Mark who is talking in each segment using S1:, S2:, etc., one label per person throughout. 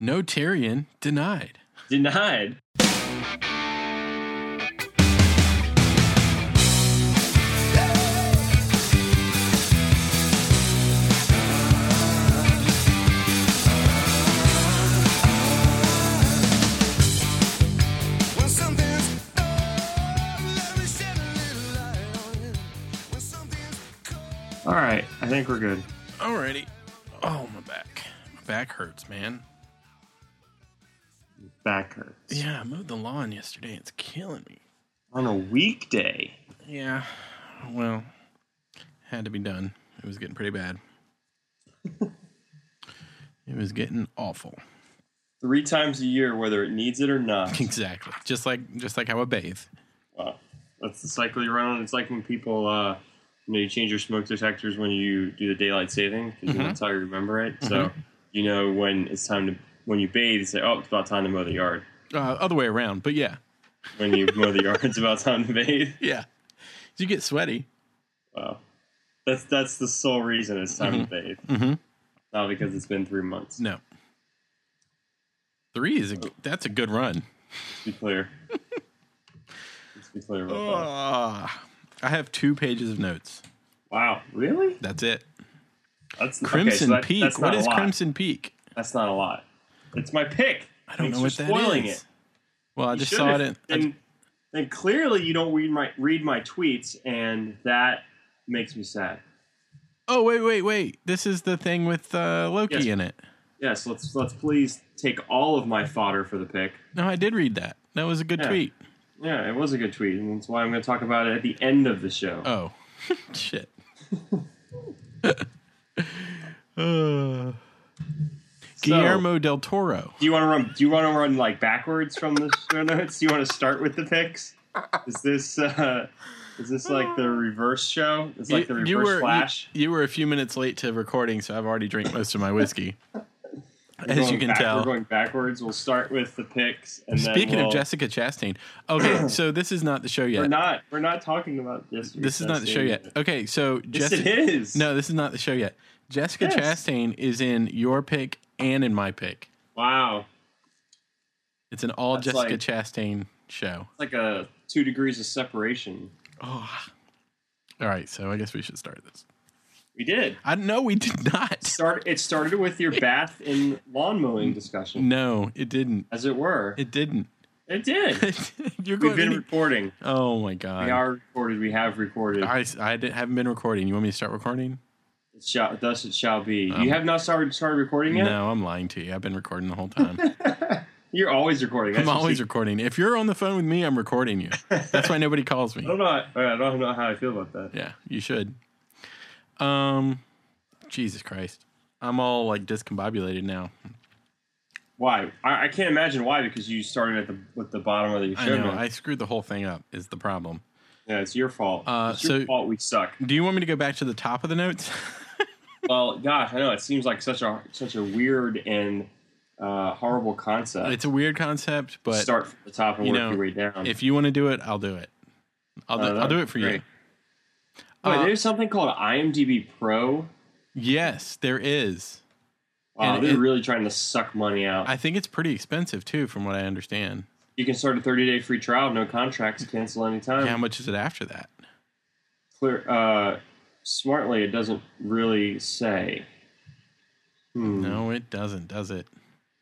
S1: No Tyrion denied.
S2: Denied.
S3: When something's up, let me shed a little light on it. When something's
S2: All right, I think we're good.
S1: Alrighty. Oh, my back. My back hurts, man.
S2: Back hurts
S1: Yeah, I mowed the lawn yesterday. It's killing me.
S2: on a weekday.
S1: Yeah. Well, had to be done. It was getting pretty bad. it was getting awful.
S2: Three times a year, whether it needs it or not.
S1: Exactly. Just like just like how I bathe.
S2: Wow. That's the cycle you run on. It's like when people, uh, you know, you change your smoke detectors when you do the daylight saving
S1: Mm-hmm.
S2: because that's how you remember it. So you know when it's time to when you bathe, you say, "Oh, it's about time to mow the yard."
S1: Uh, other way around, but yeah,
S2: When you mow the yard, it's about time to bathe.
S1: yeah. You get sweaty.
S2: Wow, that's that's the sole reason it's time to bathe,
S1: Mhm.
S2: not because it's been three months.
S1: No. Three is a g- that's a good run.
S2: Let's be clear. Let's be clear about that.
S1: Ah, I have two pages of notes.
S2: Wow, really?
S1: That's it.
S2: That's okay, so
S1: Crimson
S2: that-
S1: Peak.
S2: That's
S1: What
S2: not a
S1: is
S2: lot.
S1: Crimson Peak?
S2: That's not a lot. It's my pick.
S1: I don't
S2: Thanks
S1: know what
S2: for
S1: that
S2: spoiling
S1: is.
S2: It.
S1: Well, I
S2: You
S1: just
S2: should
S1: saw it.
S2: have.
S1: In, I-
S2: Then, then clearly you don't read my read my tweets, and that makes me sad.
S1: oh wait, wait, wait! This is the thing with uh, Loki
S2: Yes.
S1: in it.
S2: Yes, let's let's please take all of my fodder for the pick.
S1: No, I did read that. That was a good
S2: Yeah.
S1: tweet.
S2: Yeah, it was a good tweet, and that's why I'm going to talk about it at the end of the show.
S1: Oh, shit. Uh, Guillermo del Toro.
S2: Do you want to run? Do you want to run like backwards from the show notes? Do you want to start with the picks? Is this uh, is this like the reverse show? It's like the reverse
S1: were
S2: flash.
S1: You, you were a few minutes late to recording, so I've already drank most of my whiskey, as you
S2: Going
S1: can
S2: back-
S1: tell.
S2: we're going backwards. We'll start with the picks, and
S1: Speaking
S2: then we'll,
S1: of Jessica Chastain, okay, so this is not the show
S2: we're
S1: yet.
S2: not we're not talking about this.
S1: this is not the show yet. Okay, so
S2: Yes,
S1: Jessica.
S2: it is.
S1: No, this is not the show yet. Jessica
S2: Yes.
S1: Chastain is in your pick and in my pick.
S2: Wow.
S1: It's an all
S2: That's
S1: Jessica
S2: like-
S1: Chastain show.
S2: It's like a two degrees of separation.
S1: Oh. All right, so I guess we should start this.
S2: We did.
S1: I no, we did not.
S2: Start. It started with your bath and lawn mowing discussion,
S1: No, it didn't.
S2: as it were. It,
S1: It didn't.
S2: did.
S1: You're going.
S2: We've been recording.
S1: oh my
S2: We
S1: god!
S2: are recorded. We have recorded.
S1: I I didn't, haven't been recording. You want me to start recording?
S2: It shall, thus it shall be.
S1: Um,
S2: you have not started started recording yet.
S1: No, I'm lying to you. I've been recording the whole time.
S2: You're always recording.
S1: I'm
S2: That's
S1: always
S2: just-
S1: recording. If you're on the phone with me, I'm recording you. That's why nobody calls me.
S2: I don't know. I don't know how I feel about that.
S1: Yeah, you should. Um, Jesus Christ, I'm all like discombobulated now.
S2: Why? I, I can't imagine why because you started at the with the bottom of the
S1: I
S2: show.
S1: know
S2: notes.
S1: I screwed the whole thing up. Is the problem?
S2: yeah, it's your fault.
S1: Uh,
S2: it's your
S1: so-
S2: fault. We suck.
S1: Do you want me to go back to the top of the notes?
S2: Well, gosh, I know it seems like such a such a weird and uh, horrible concept.
S1: it's a weird concept, but
S2: Start from the top and
S1: you
S2: work
S1: know,
S2: your way down.
S1: if you want to do it, I'll do it. I'll do,
S2: Uh,
S1: I'll do
S2: that'd
S1: it for
S2: be
S1: you.
S2: great. Wait,
S1: uh,
S2: Oh, there's something called IMDb Pro.
S1: Yes, there is.
S2: Wow,
S1: and
S2: they're
S1: it-
S2: really trying to suck money out.
S1: I think it's pretty expensive too, from what I understand.
S2: you can start a 30 day free trial, no contracts, cancel anytime.
S1: How much is it after that?
S2: clear uh smartly it doesn't really say hmm.
S1: No, it doesn't, does it?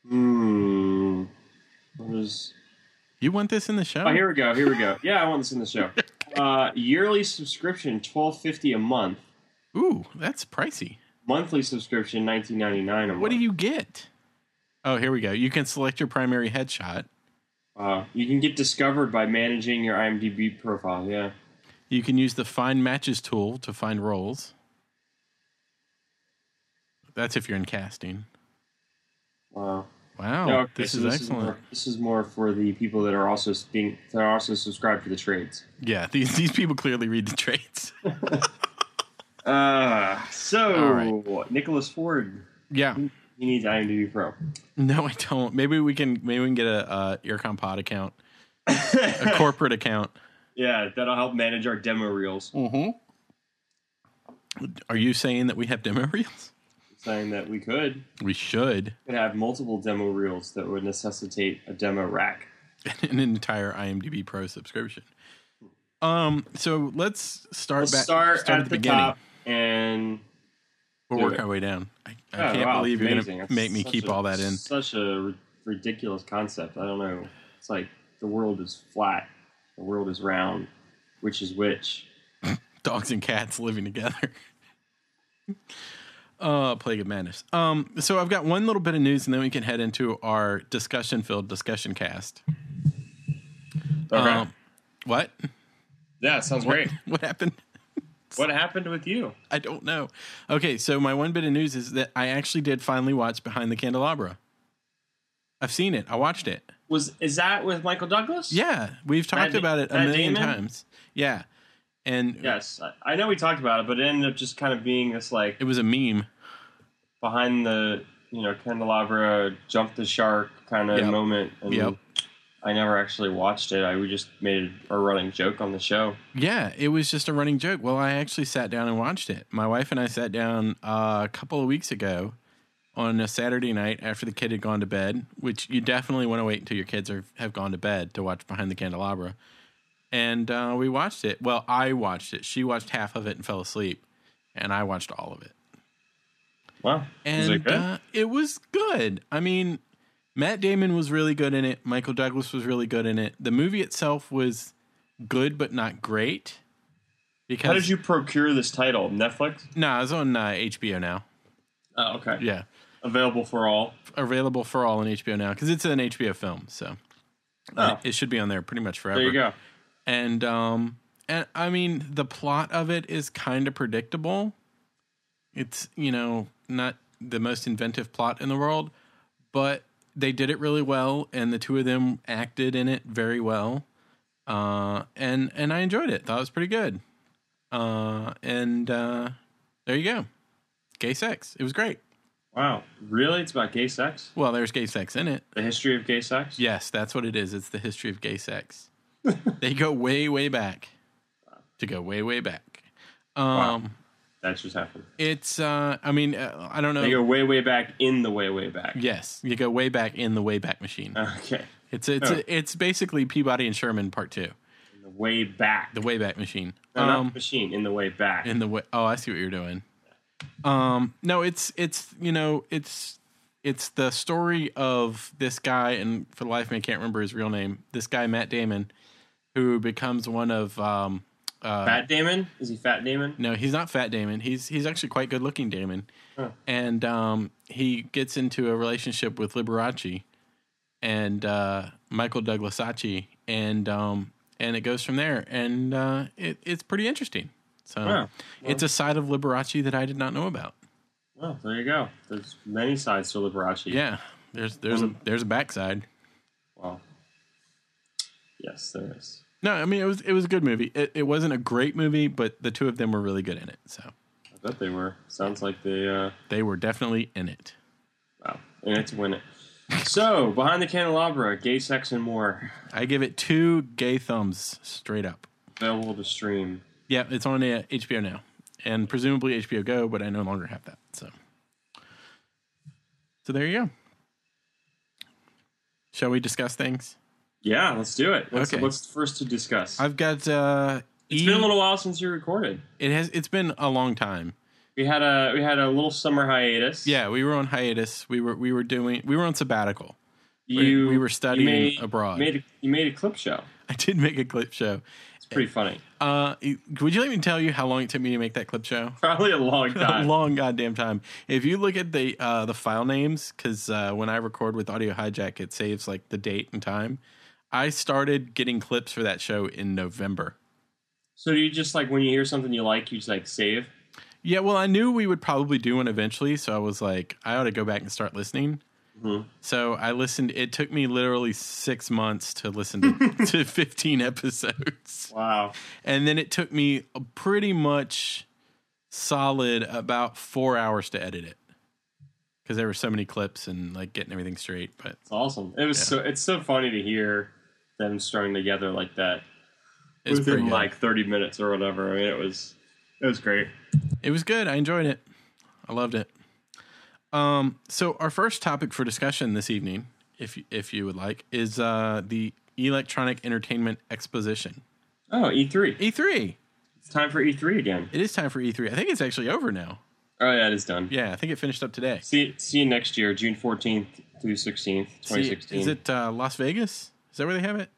S2: hmm. What is-
S1: You want this in the show?
S2: oh here we go here we go yeah i want this in the show uh yearly subscription 1250 a month
S1: Ooh, that's pricey.
S2: monthly subscription 1999 a month
S1: What do you get? Oh, here we go. You can select your primary headshot.
S2: uh, you can get discovered by managing your imdb profile yeah
S1: You can use the find matches tool to find roles. That's if you're in casting.
S2: wow
S1: Wow,
S2: Yeah, okay,
S1: Oh, this
S2: so
S1: is
S2: Is
S1: excellent.
S2: more, this is more for the people that are also being that are also subscribed to the trades.
S1: yeah, these these people clearly read the traits.
S2: Uh, so
S1: All right.
S2: Nicholas Ford,
S1: yeah.
S2: he needs IMDb Pro.
S1: No, I don't. Maybe we can maybe we can get a uh, Earcom Pod account, a corporate account.
S2: Yeah, that'll help manage our
S1: Mm-hmm.
S2: demo reels.
S1: Are you saying that we have demo reels?
S2: saying that we could
S1: We should
S2: could have multiple demo reels that would necessitate a demo rack.
S1: an entire IMDb Pro subscription. Um, so let's start
S2: Let's
S1: back.
S2: start, at, the,
S1: beginning.
S2: top and
S1: We'll
S2: Do
S1: work
S2: it.
S1: our way down. I, I
S2: Oh,
S1: can't
S2: wow,
S1: believe you're
S2: amazing.
S1: gonna
S2: That's
S1: make me
S2: such
S1: keep
S2: a-
S1: all that in.
S2: Such a ri- ridiculous concept. I don't know. It's like the world is flat, the world is round. Which is which?
S1: Dogs and cats living together. uh, plague of madness. Um, so I've got one little bit of news, and then we can head into our discussion-filled discussion cast.
S2: Okay.
S1: Um, what?
S2: yeah, sounds
S1: What-
S2: great.
S1: What happened?
S2: What happened with you?
S1: I don't know. Okay, so my one bit of news is that I actually did finally watch Behind the Candelabra. I've seen it. I watched it.
S2: Was is that with Michael Douglas?
S1: Yeah, we've talked
S2: Matt Da-
S1: about it a
S2: Matt
S1: million
S2: Damon?
S1: times. Yeah, and
S2: Yes, I- I know we talked about it, but it ended up just kind of being this like
S1: it was a meme.
S2: behind the you know candelabra jump the shark kind of
S1: Yep.
S2: moment. And
S1: Yep.
S2: I never actually watched it. I we just made a running joke on the show.
S1: Yeah, it was just a running joke. Well, I actually sat down and watched it. My wife and I sat down uh, a couple of weeks ago on a Saturday night after the kid had gone to bed, which you definitely want to wait until your kids are, have gone to bed to watch Behind the Candelabra. And uh, we watched it. Well, I watched it. She watched half of it and fell asleep, and I watched all of it.
S2: Wow,
S1: And
S2: is it good?
S1: Uh, it was good. I mean, Matt Damon was really good in it. Michael Douglas was really good in it. The movie itself was good, but not great. Because
S2: How did you procure this title? Netflix?
S1: No, nah, it's on uh, HBO now.
S2: Oh, okay.
S1: Yeah,
S2: Available for all.
S1: available for all on HBO now because it's an HBO film, so uh,
S2: Oh.
S1: it should be on there pretty much forever.
S2: There you go.
S1: And um, and I mean, the plot of it is kind of predictable. It's you know not the most inventive plot in the world, but they did it really well, and the two of them acted in it very well. Uh, and and I enjoyed it. Thought it was pretty good. Uh, and uh, there you go. Gay sex. It was great.
S2: Wow, really? It's about gay sex?
S1: Well, there's gay sex in it.
S2: The history of gay sex?
S1: Yes, that's what it is. It's the history of gay sex. they go way, way back. To go way, way back. Um,
S2: That just happened.
S1: It's, uh, I mean, uh, I don't know.
S2: They go way, way back in the way, way back.
S1: yes, you go way back in the Wayback Machine.
S2: Okay.
S1: it's it's
S2: Uh, oh.
S1: it's basically Peabody and Sherman Part Two,
S2: In the way back.
S1: the Wayback Machine.
S2: no, not the
S1: Um,
S2: machine. In the way back.
S1: in the way. Oh, I see what you're doing. Um, no, it's it's you know it's it's the story of this guy, and for the life of me, I can't remember his real name. This guy Matt Damon, who becomes one of um, uh,
S2: Fat Damon? Is he Fat Damon?
S1: no, he's not Fat Damon. He's he's actually quite good looking Damon,
S2: Huh.
S1: and um, he gets into a relationship with Liberace and uh, Michael Douglasacci, and um, and it goes from there, and uh, it, it's pretty interesting. So
S2: Wow.
S1: it's a side of Liberace that I did not know about.
S2: Well, there you go. There's many sides to Liberace.
S1: Yeah, there's there's a there's a backside.
S2: Wow. Yes, there is.
S1: No, I mean it was it was a good movie. It, it wasn't a great movie, but the two of them were really good in it. So
S2: I bet they were. Sounds like they, uh,
S1: they were definitely in it.
S2: wow. And it's win it. So, Behind the Candelabra, Gay Sex and More.
S1: I give it two gay thumbs straight up.
S2: Available to stream.
S1: Yeah, it's on uh, HBO now, and presumably HBO Go, but I no longer have that. So, so there you go. Shall we discuss things?
S2: Yeah, let's do it. What's,
S1: Okay.
S2: what's first to discuss?
S1: I've got. Uh,
S2: It's
S1: E-
S2: been a little while since you recorded.
S1: It has. It's been a long time.
S2: We had a we had a little summer hiatus.
S1: Yeah, we were on hiatus. We were we were doing. We were on sabbatical.
S2: you
S1: we were studying
S2: you made,
S1: abroad.
S2: Made a, you made a clip show.
S1: I did make a clip show.
S2: It's pretty funny.
S1: Uh, would you let me tell you how long it took me to make that clip show?
S2: Probably a long
S1: a
S2: time.
S1: long goddamn time. If you look at the uh, the file names, because uh, when I record with Audio Hijack, it saves like the date and time. I started getting clips for that show in November.
S2: so do you just like when you hear something you like, you just like save?
S1: Yeah, well, I knew we would probably do one eventually, so I was like, I ought to go back and start listening.
S2: Mhm.
S1: So I listened. It took me literally six months to listen to, to fifteen episodes,
S2: Wow.
S1: and then it took me a pretty much solid about four hours to edit it because there were so many clips and like getting everything straight. But
S2: It's awesome. It was
S1: Yeah.
S2: so it's so funny to hear them strung together like that
S1: It was pretty
S2: within
S1: good.
S2: like thirty minutes or whatever. I mean it was it was great.
S1: it was good. I enjoyed it. I loved it. Um, so our first topic for discussion this evening, if you- if you would like, is uh, the Electronic Entertainment Exposition
S2: Oh, E3.
S1: E3.
S2: It's time for E3 again.
S1: It is time for E3. I think it's actually over now.
S2: Oh, yeah, it is done.
S1: Yeah, I think it finished up today.
S2: See, see you next year, June 14th through 16th, 2016.
S1: Is it uh, Las Vegas? Is that where they have it?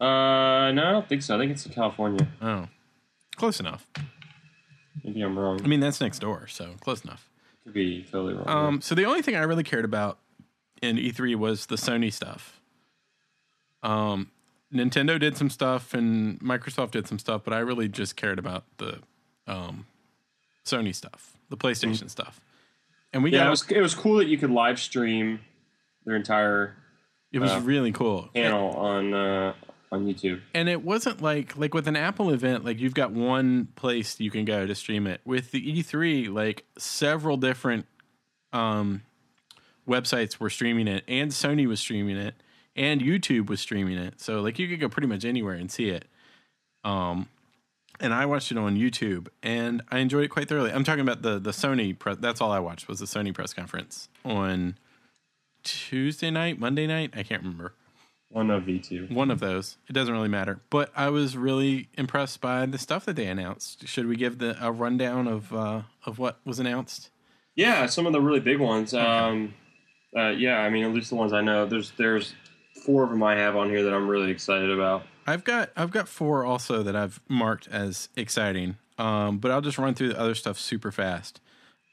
S2: Uh, no, I don't think so. I think it's in California.
S1: Oh, close enough.
S2: Maybe I'm wrong.
S1: I mean, that's next door, so close enough.
S2: could be totally wrong.
S1: Um, so the only thing I really cared about in E3 was the Sony stuff. Um, Nintendo did some stuff and Microsoft did some stuff, but I really just cared about the um, Sony stuff, the PlayStation stuff. And we
S2: yeah,
S1: got
S2: it was it was cool that you could live stream their entire uh,
S1: really cool.
S2: panel on uh, on YouTube.
S1: and it wasn't like like with an Apple event, like you've got one place you can go to stream it. With the E3, like several different um, websites were streaming it, and Sony was streaming it, and YouTube was streaming it. So like you could go pretty much anywhere and see it. Um, and I watched it on YouTube, and I enjoyed it quite thoroughly. I'm talking about the the Sony press. That's all I watched was the Sony press conference on Tuesday night, Monday night. I can't remember
S2: One of V two.
S1: one of those. It doesn't really matter. But I was really impressed by the stuff that they announced. Should we give the a rundown of uh, of what was announced?
S2: Yeah, some of the really big ones. Um, uh, yeah, I mean at least the ones I know. There's there's four of them I have on here that I'm really excited about.
S1: I've got I've got four also that I've marked as exciting. Um, but I'll just run through the other stuff super fast.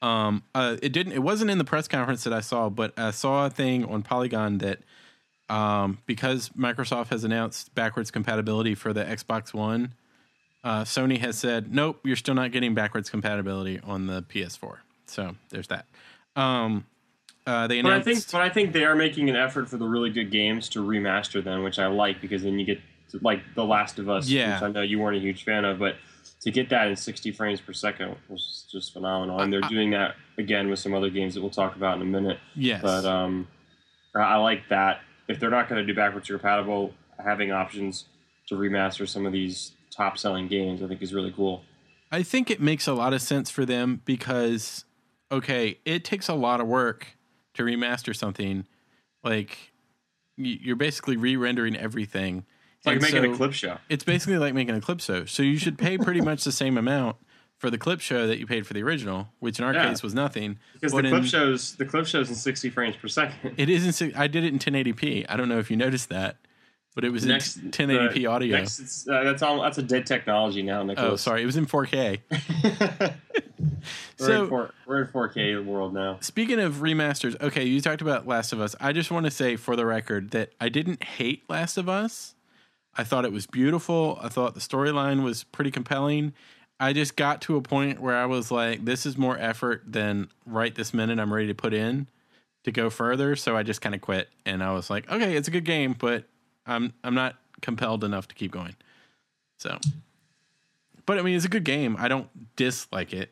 S1: Um, uh, it didn't. It wasn't in the press conference that I saw, but I saw a thing on Polygon that um, because Microsoft has announced backwards compatibility for the Xbox One, uh, Sony has said nope, you're still not getting backwards compatibility on the PS4. So there's that. Um, uh, they
S2: But
S1: announced.
S2: I think but I think they are making an effort for the really good games to remaster them, which I like because then you get to, like The Last of Us,
S1: Yeah.
S2: which I know you weren't a huge fan of, but to get that in 60 frames per second was just phenomenal. And they're doing that again with some other games that we'll talk about in a minute.
S1: yes.
S2: But um, I- I like that. If they're not going to do backwards compatible, having options to remaster some of these top-selling games, I think is really cool.
S1: I think it makes a lot of sense for them because okay, it takes a lot of work to remaster something. Like y- you're basically re-rendering everything.
S2: It's like
S1: And
S2: making
S1: so
S2: a clip show.
S1: It's basically like making a clip show. So you should pay pretty much the same amount for the clip show that you paid for the original, which in our
S2: Yeah.
S1: case was nothing.
S2: Because
S1: But
S2: the clip
S1: in-
S2: shows, the clip shows in 60 frames per second.
S1: it isn't. si- I did it in 1080p. I don't know if you noticed that, but it was
S2: next
S1: in 1080p
S2: the-
S1: audio.
S2: Next, it's, uh, that's all. That's a dead technology now, Nicholas.
S1: oh, sorry, it was in 4K.
S2: we're,
S1: So-
S2: in four, we're in 4K world now.
S1: Speaking of remasters, okay, you talked about Last of Us. I just want to say for the record that I didn't hate Last of Us. I thought it was beautiful. I thought the storyline was pretty compelling. I just got to a point where I was like, this is more effort than right this minute I'm ready to put in to go further. So I just kind of quit and I was like, okay, it's a good game, but I'm I'm not compelled enough to keep going. So but I mean it's a good game. I don't dislike it.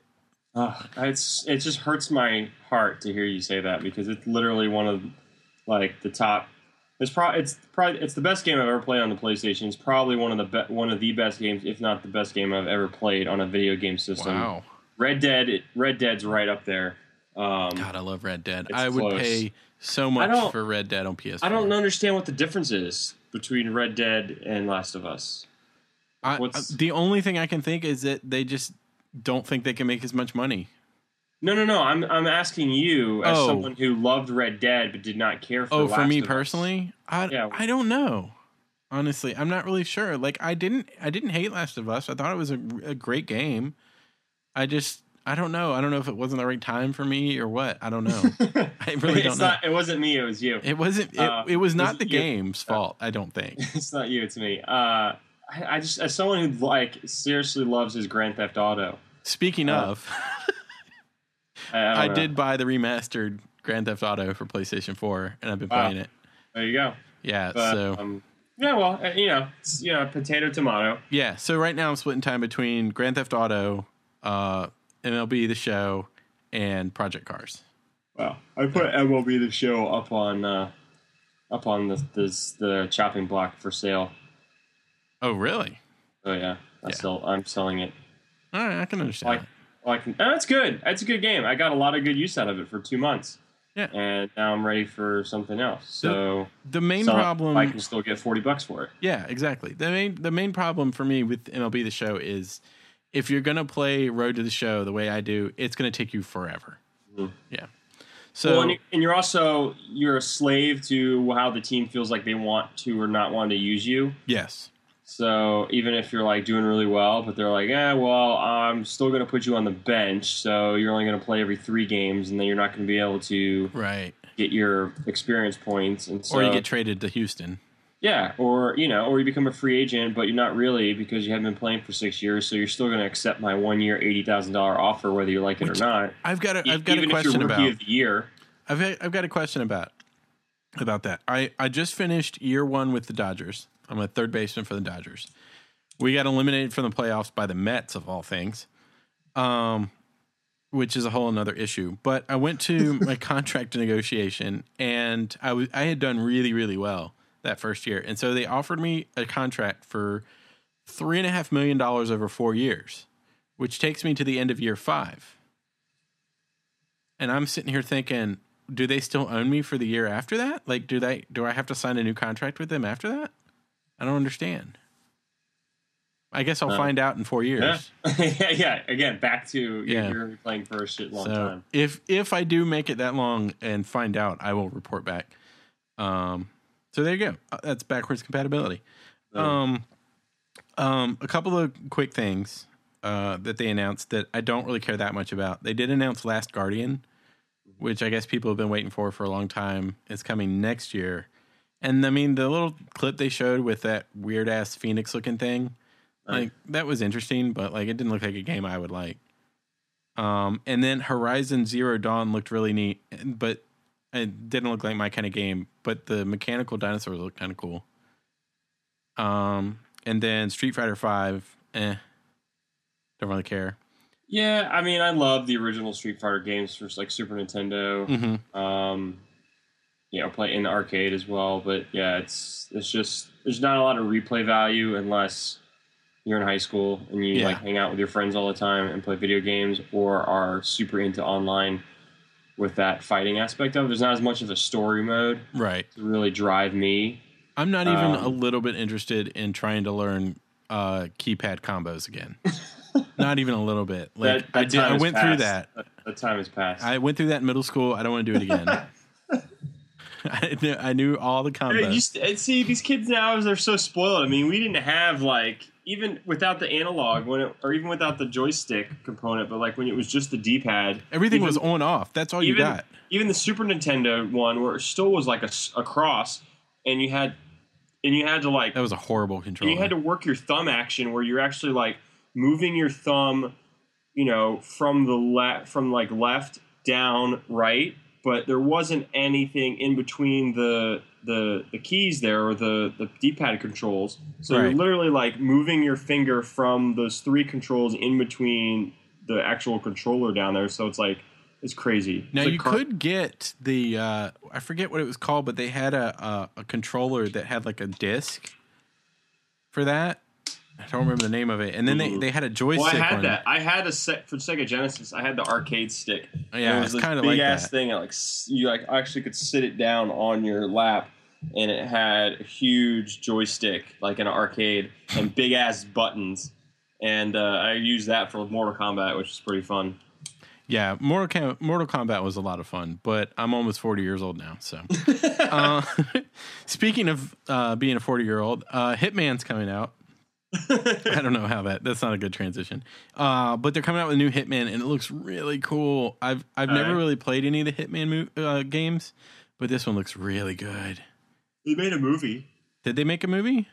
S2: Ugh, it's it just hurts my heart to hear you say that because it's literally one of like the top. It's probably it's probably it's the best game I've ever played on the PlayStation. It's probably one of the be- one of the best games, if not the best game I've ever played on a video game system.
S1: Wow.
S2: Red Dead, Red Dead's right up there. Um,
S1: God, I love Red Dead.
S2: It's
S1: I would
S2: close.
S1: pay so
S2: don't-
S1: much for Red Dead on PS4.
S2: I don't understand what the difference is between Red Dead and Last of Us.
S1: I-
S2: what's-
S1: the only thing I can think is that they just don't think they can make as much money.
S2: No, no, no. I'm I'm asking you as
S1: Oh.
S2: someone who loved Red Dead but did not care for.
S1: oh,
S2: Last
S1: for me
S2: of Us.
S1: personally, I
S2: Yeah.
S1: I don't know. Honestly, I'm not really sure. Like I didn't I didn't hate Last of Us. I thought it was a, a great game. I just I don't know. I don't know if it wasn't the right time for me or what. I don't know. I really don't
S2: it's
S1: know.
S2: not. It wasn't me. It was you.
S1: it wasn't it,
S2: Uh,
S1: it was not
S2: was
S1: the
S2: it you? uh,
S1: game's fault, I don't think.
S2: it's not you. It's me. Uh, I, I just as someone who like seriously loves his Grand Theft Auto.
S1: Speaking
S2: Uh,
S1: of,
S2: I, I, don't
S1: I
S2: know.
S1: did buy the remastered Grand Theft Auto for PlayStation 4, and I've been
S2: Wow.
S1: playing it.
S2: There you go.
S1: Yeah,
S2: But,
S1: so
S2: um, yeah, well, uh, you know, it's, you know, potato tomato.
S1: yeah, so right now I'm splitting time between Grand Theft Auto, uh, MLB The Show, and Project Cars.
S2: Well, I put MLB the show up on uh, up on the this, the chopping block for sale.
S1: Oh, really?
S2: Oh yeah, I
S1: Yeah.
S2: still I'm selling it.
S1: All right, I can understand.
S2: Like
S1: that.
S2: All I can, and that's good. That's a good game. I got a lot of good use out of it for two months.
S1: Yeah.
S2: And now I'm ready for something else. So,
S1: The main
S2: so
S1: problem
S2: I can still get forty bucks for it.
S1: Yeah, exactly. The main the main problem for me with MLB the Show is if you're gonna play Road to the Show the way I do, it's gonna take you forever.
S2: Mhm.
S1: Yeah. So
S2: well, and, you, and you're also you're a slave to how the team feels like they want to or not want to use you.
S1: yes,
S2: So even if you're like doing really well, but they're like, eh, well, I'm still going to put you on the bench, so you're only going to play every three games, and then you're not going to be able to
S1: right.
S2: get your experience points, and so
S1: or you get traded to Houston.
S2: yeah, or you know, or you become a free agent, but you're not really because you haven't been playing for six years, so you're still going to accept my one year eighty thousand dollar offer whether you like it
S1: Which-
S2: or not.
S1: I've got a
S2: E-
S1: I've got a
S2: even if
S1: question
S2: you're rookie
S1: about
S2: of the year.
S1: I've I've got a question about about that. I I just finished year one with the Dodgers. I'm a third baseman for the Dodgers. We got eliminated from the playoffs by the Mets of all things, um, which is a whole another issue. But I went to my contract negotiation, and I was I had done really really well that first year, and so they offered me a contract for three and a half million dollars over four years, which takes me to the end of year five. And I'm sitting here thinking, do they still own me for the year after that? Like, do they do I have to sign a new contract with them after that? I don't understand. I guess I'll
S2: Uh,
S1: find out in four
S2: Yeah.
S1: years.
S2: yeah, yeah. Again, back to you're-
S1: Yeah.
S2: you're only playing for a shit long
S1: so
S2: time.
S1: if if I do make it that long and find out, I will report back. Um, so there you go. Uh, That's backwards compatibility.
S2: So-
S1: Um, um, a couple of quick things uh, that they announced that I don't really care that much about. They did announce Last Guardian, which I guess people have been waiting for for a long time. It's coming next year, and I mean the little clip they showed with that weird ass phoenix looking thing,
S2: Right.
S1: like that was interesting, but like it didn't look like a game I would like. Um, and then Horizon Zero Dawn looked really neat, but it didn't look like my kind of game. But the mechanical dinosaurs looked kind of cool. Um, and then Street Fighter Five, eh, don't really care.
S2: Yeah, I mean, I love the original Street Fighter games for like Super Nintendo.
S1: Mm-hmm.
S2: Um, yeah, I play in the arcade as well, but yeah, it's it's just there's not a lot of replay value unless you're in high school and you
S1: Yeah.
S2: like hang out with your friends all the time and play video games or are super into online with that fighting aspect of. it. There's not as much of a story mode
S1: Right.
S2: to really drive me.
S1: I'm not even a
S2: Um,
S1: little bit interested in trying to learn uh, keypad combos again. not even a little bit. Like
S2: that, that
S1: I did.
S2: time
S1: I
S2: is
S1: went through
S2: past.
S1: that.
S2: that. That time has passed.
S1: I went through that in middle school. I don't want to do it again. I, knew, I knew all the combos.
S2: Yeah, you st- and see these kids now they're so spoiled. I mean, we didn't have like even without the analog when it, or even without the joystick component, but like when it was just the D pad,
S1: Everything was on off. That's all you
S2: even
S1: got.
S2: even the Super Nintendo one where it still was like a, s- a cross, and you had and you had to like
S1: That was a horrible
S2: and
S1: controller.
S2: you had to work your thumb action where you're actually like moving your thumb, you know, from the left from like left down right, but there wasn't anything in between the the the keys there or the the D-pad controls. So you're
S1: Right.
S2: literally like moving your finger from those three controls in between the actual controller down there. So it's like it's crazy. It's
S1: now
S2: like
S1: you
S2: car-
S1: could get the uh, I forget what it was called, but they had a, a a controller that had like a disc for that. I don't remember the name of it. And then they,
S2: Mhm.
S1: they had a
S2: Well,
S1: joystick
S2: I had
S1: one.
S2: that. I had a set for Sega Genesis. I had the arcade stick.
S1: Oh, Yeah,
S2: And it
S1: it's
S2: was this
S1: kinda
S2: big
S1: like
S2: ass
S1: that.
S2: thing. Like s- you like actually could sit it down on your lap, and it had a huge joystick like an arcade and big ass buttons. And uh, I used that for Mortal Kombat, which is pretty fun.
S1: Yeah, Mortal Com- Mortal Kombat was a lot of fun, but I'm almost 40 years old now. So, uh, speaking of uh, being a 40 year old, uh, Hitman's coming out. I don't know how that. That's not a good transition. Uh, but they're coming out with a new Hitman, and it looks really cool. I've I've
S2: All
S1: never
S2: right.
S1: really played any of the Hitman mo- uh, games, but this one looks really good.
S2: They made a movie
S1: Did they make a movie?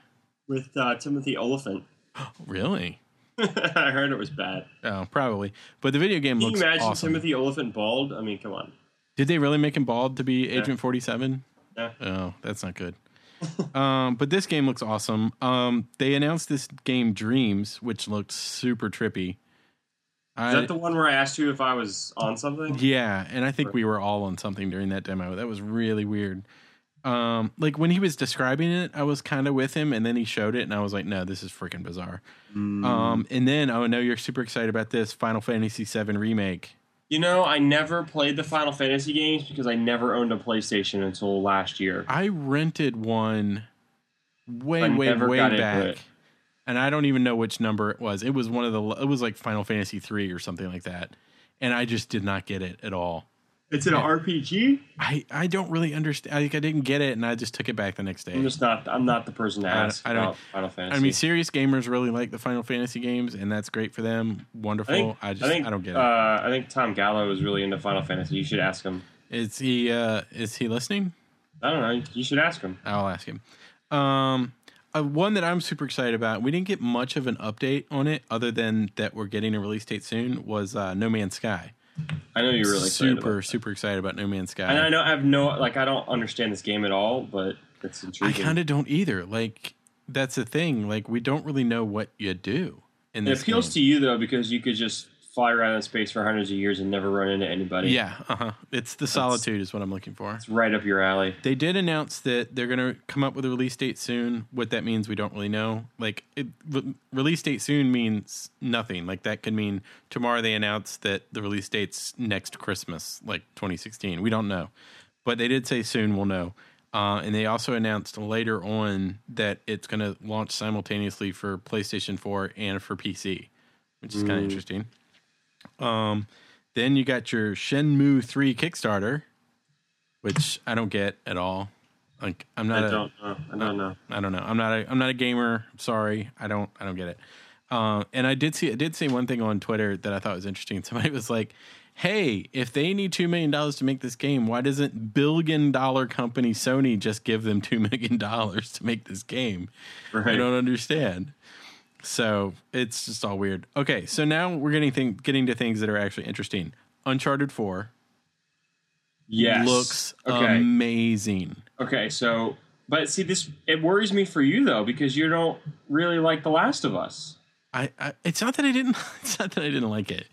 S2: with uh, Timothy Oliphant.
S1: Really?
S2: I heard it was bad.
S1: Oh, probably. But the video game
S2: Can you
S1: looks
S2: imagine
S1: awesome.
S2: Timothy Oliphant bald? I mean, come on.
S1: Did they really make him bald to be Agent 47?
S2: Yeah.
S1: Oh, that's not good. um, but this game looks awesome. Um, they announced this game Dreams, which looked super trippy. I,
S2: Is that the one where I asked you if I was on something?
S1: yeah, and I think we were all on something during that demo. That was really weird. Um, like when he was describing it, I was kind of with him, and then he showed it, and I was like, "No, this is freaking bizarre."
S2: Mm.
S1: Um, and then I know you're super excited about this Final Fantasy VII remake.
S2: You know, I never played the Final Fantasy games because I never owned a PlayStation until last year.
S1: I rented one way,
S2: I
S1: way,
S2: never
S1: way
S2: got into
S1: back,
S2: it.
S1: and I don't even know which number it was. It was one of the. It was like Final Fantasy three or something like that, and I just did not get it at all.
S2: It's an RPG.
S1: I I don't really understand. Like I didn't get it, and I just took it back the next day.
S2: I'm just not. I'm not the person to
S1: I-
S2: ask
S1: I don't-
S2: about Final Fantasy.
S1: I mean, serious gamers really like the Final Fantasy games, and that's great for them. Wonderful. I, just I,
S2: think,
S1: don't get it.
S2: Uh, I think Tom Gallo is really into Final Fantasy. You should ask him.
S1: Is he uh, is he listening?
S2: I don't know. You should ask him.
S1: I'll ask him. Um, uh, one that I'm super excited about. We didn't get much of an update on it, other than that we're getting a release date soon. Was uh, No Man's Sky?
S2: I know you're really excited
S1: super
S2: about it.
S1: super excited about No Man's Sky.
S2: And I know I have no like I don't understand this game at all, but it's
S1: I
S2: intriguing.
S1: kind of don't either. Like that's the thing. Like we don't really know what you do in
S2: it
S1: this.
S2: appeals
S1: game.
S2: to you though because you could just fly around in space for hundreds of years and never run into anybody.
S1: Yeah, uh-huh. it's the solitude is what I'm looking for.
S2: it's right up your alley.
S1: They did announce that they're going to come up with a release date soon. What that means, we don't really know. Like, it, re- release date soon means nothing. Like, that could mean tomorrow they announce that the release date's next Christmas, like 2016. We don't know. But they did say soon we'll know. Uh, and they also announced later on that it's going to launch simultaneously for PlayStation 4 and for PC, which is kind
S2: Mm.
S1: of interesting. Um, then you got your Shenmue 3 Kickstarter which I don't get at all. Like I'm
S2: I
S1: not a
S2: don't know. I don't know.
S1: I don't know. I'm not a I'm not a gamer. I'm sorry. I don't I don't get it. Uh, and I did see I did see one thing on Twitter that I thought was interesting. Somebody was like, "Hey, if they need two million dollars to make this game, why doesn't billion dollar company Sony just give them two million dollars to make this game?" I
S2: Right.
S1: don't understand. So it's just all weird. Okay, so now we're getting thing, getting to things that are actually interesting. Uncharted Four
S2: Yes.
S1: looks um,
S2: okay.
S1: amazing.
S2: Okay, so but see this it worries me for you though because you don't really like The Last of Us.
S1: I, I it's not that I didn't it's not that I didn't like it.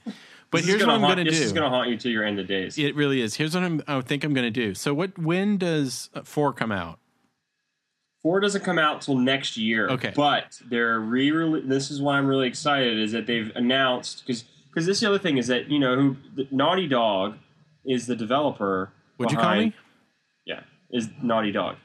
S1: But
S2: This is
S1: here's what I'm
S2: haunt,
S1: going to
S2: This is
S1: do.
S2: going to haunt you till your end of days.
S1: it really is. Here's what I'm, I think I'm going to do. So what when does uh, 4 come out?
S2: Four doesn't come out till next year.
S1: Okay.
S2: but they're re. This is why I'm really excited is that they've announced because because this is the other thing is that you know who the- Naughty Dog is the developer.
S1: Would you call
S2: behind,
S1: me?
S2: Yeah, is Naughty Dog.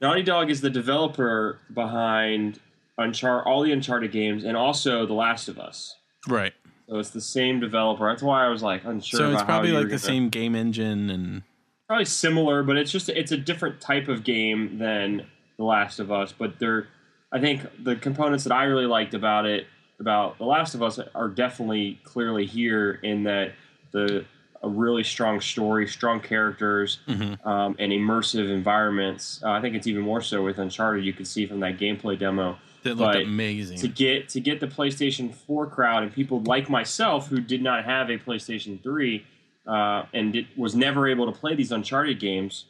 S2: Naughty Dog is the developer behind Unchar all the Uncharted games and also The Last of Us.
S1: Right.
S2: So it's the same developer. That's why I was like unsure.
S1: so
S2: about
S1: it's
S2: how
S1: probably
S2: you were
S1: like the
S2: gonna-
S1: same game engine and
S2: probably similar, but it's just it's a different type of game than The Last of Us. But they're I think the components that I really liked about it about The Last of Us are definitely clearly here in that the a really strong story, strong characters,
S1: Mm-hmm.
S2: um, and immersive environments. Uh, I think it's even more so with Uncharted. You can see from that gameplay demo
S1: that looked
S2: Right.
S1: amazing.
S2: to get to get the PlayStation 4 crowd and people like myself who did not have a PlayStation 3 uh, and did, was never able to play these Uncharted games.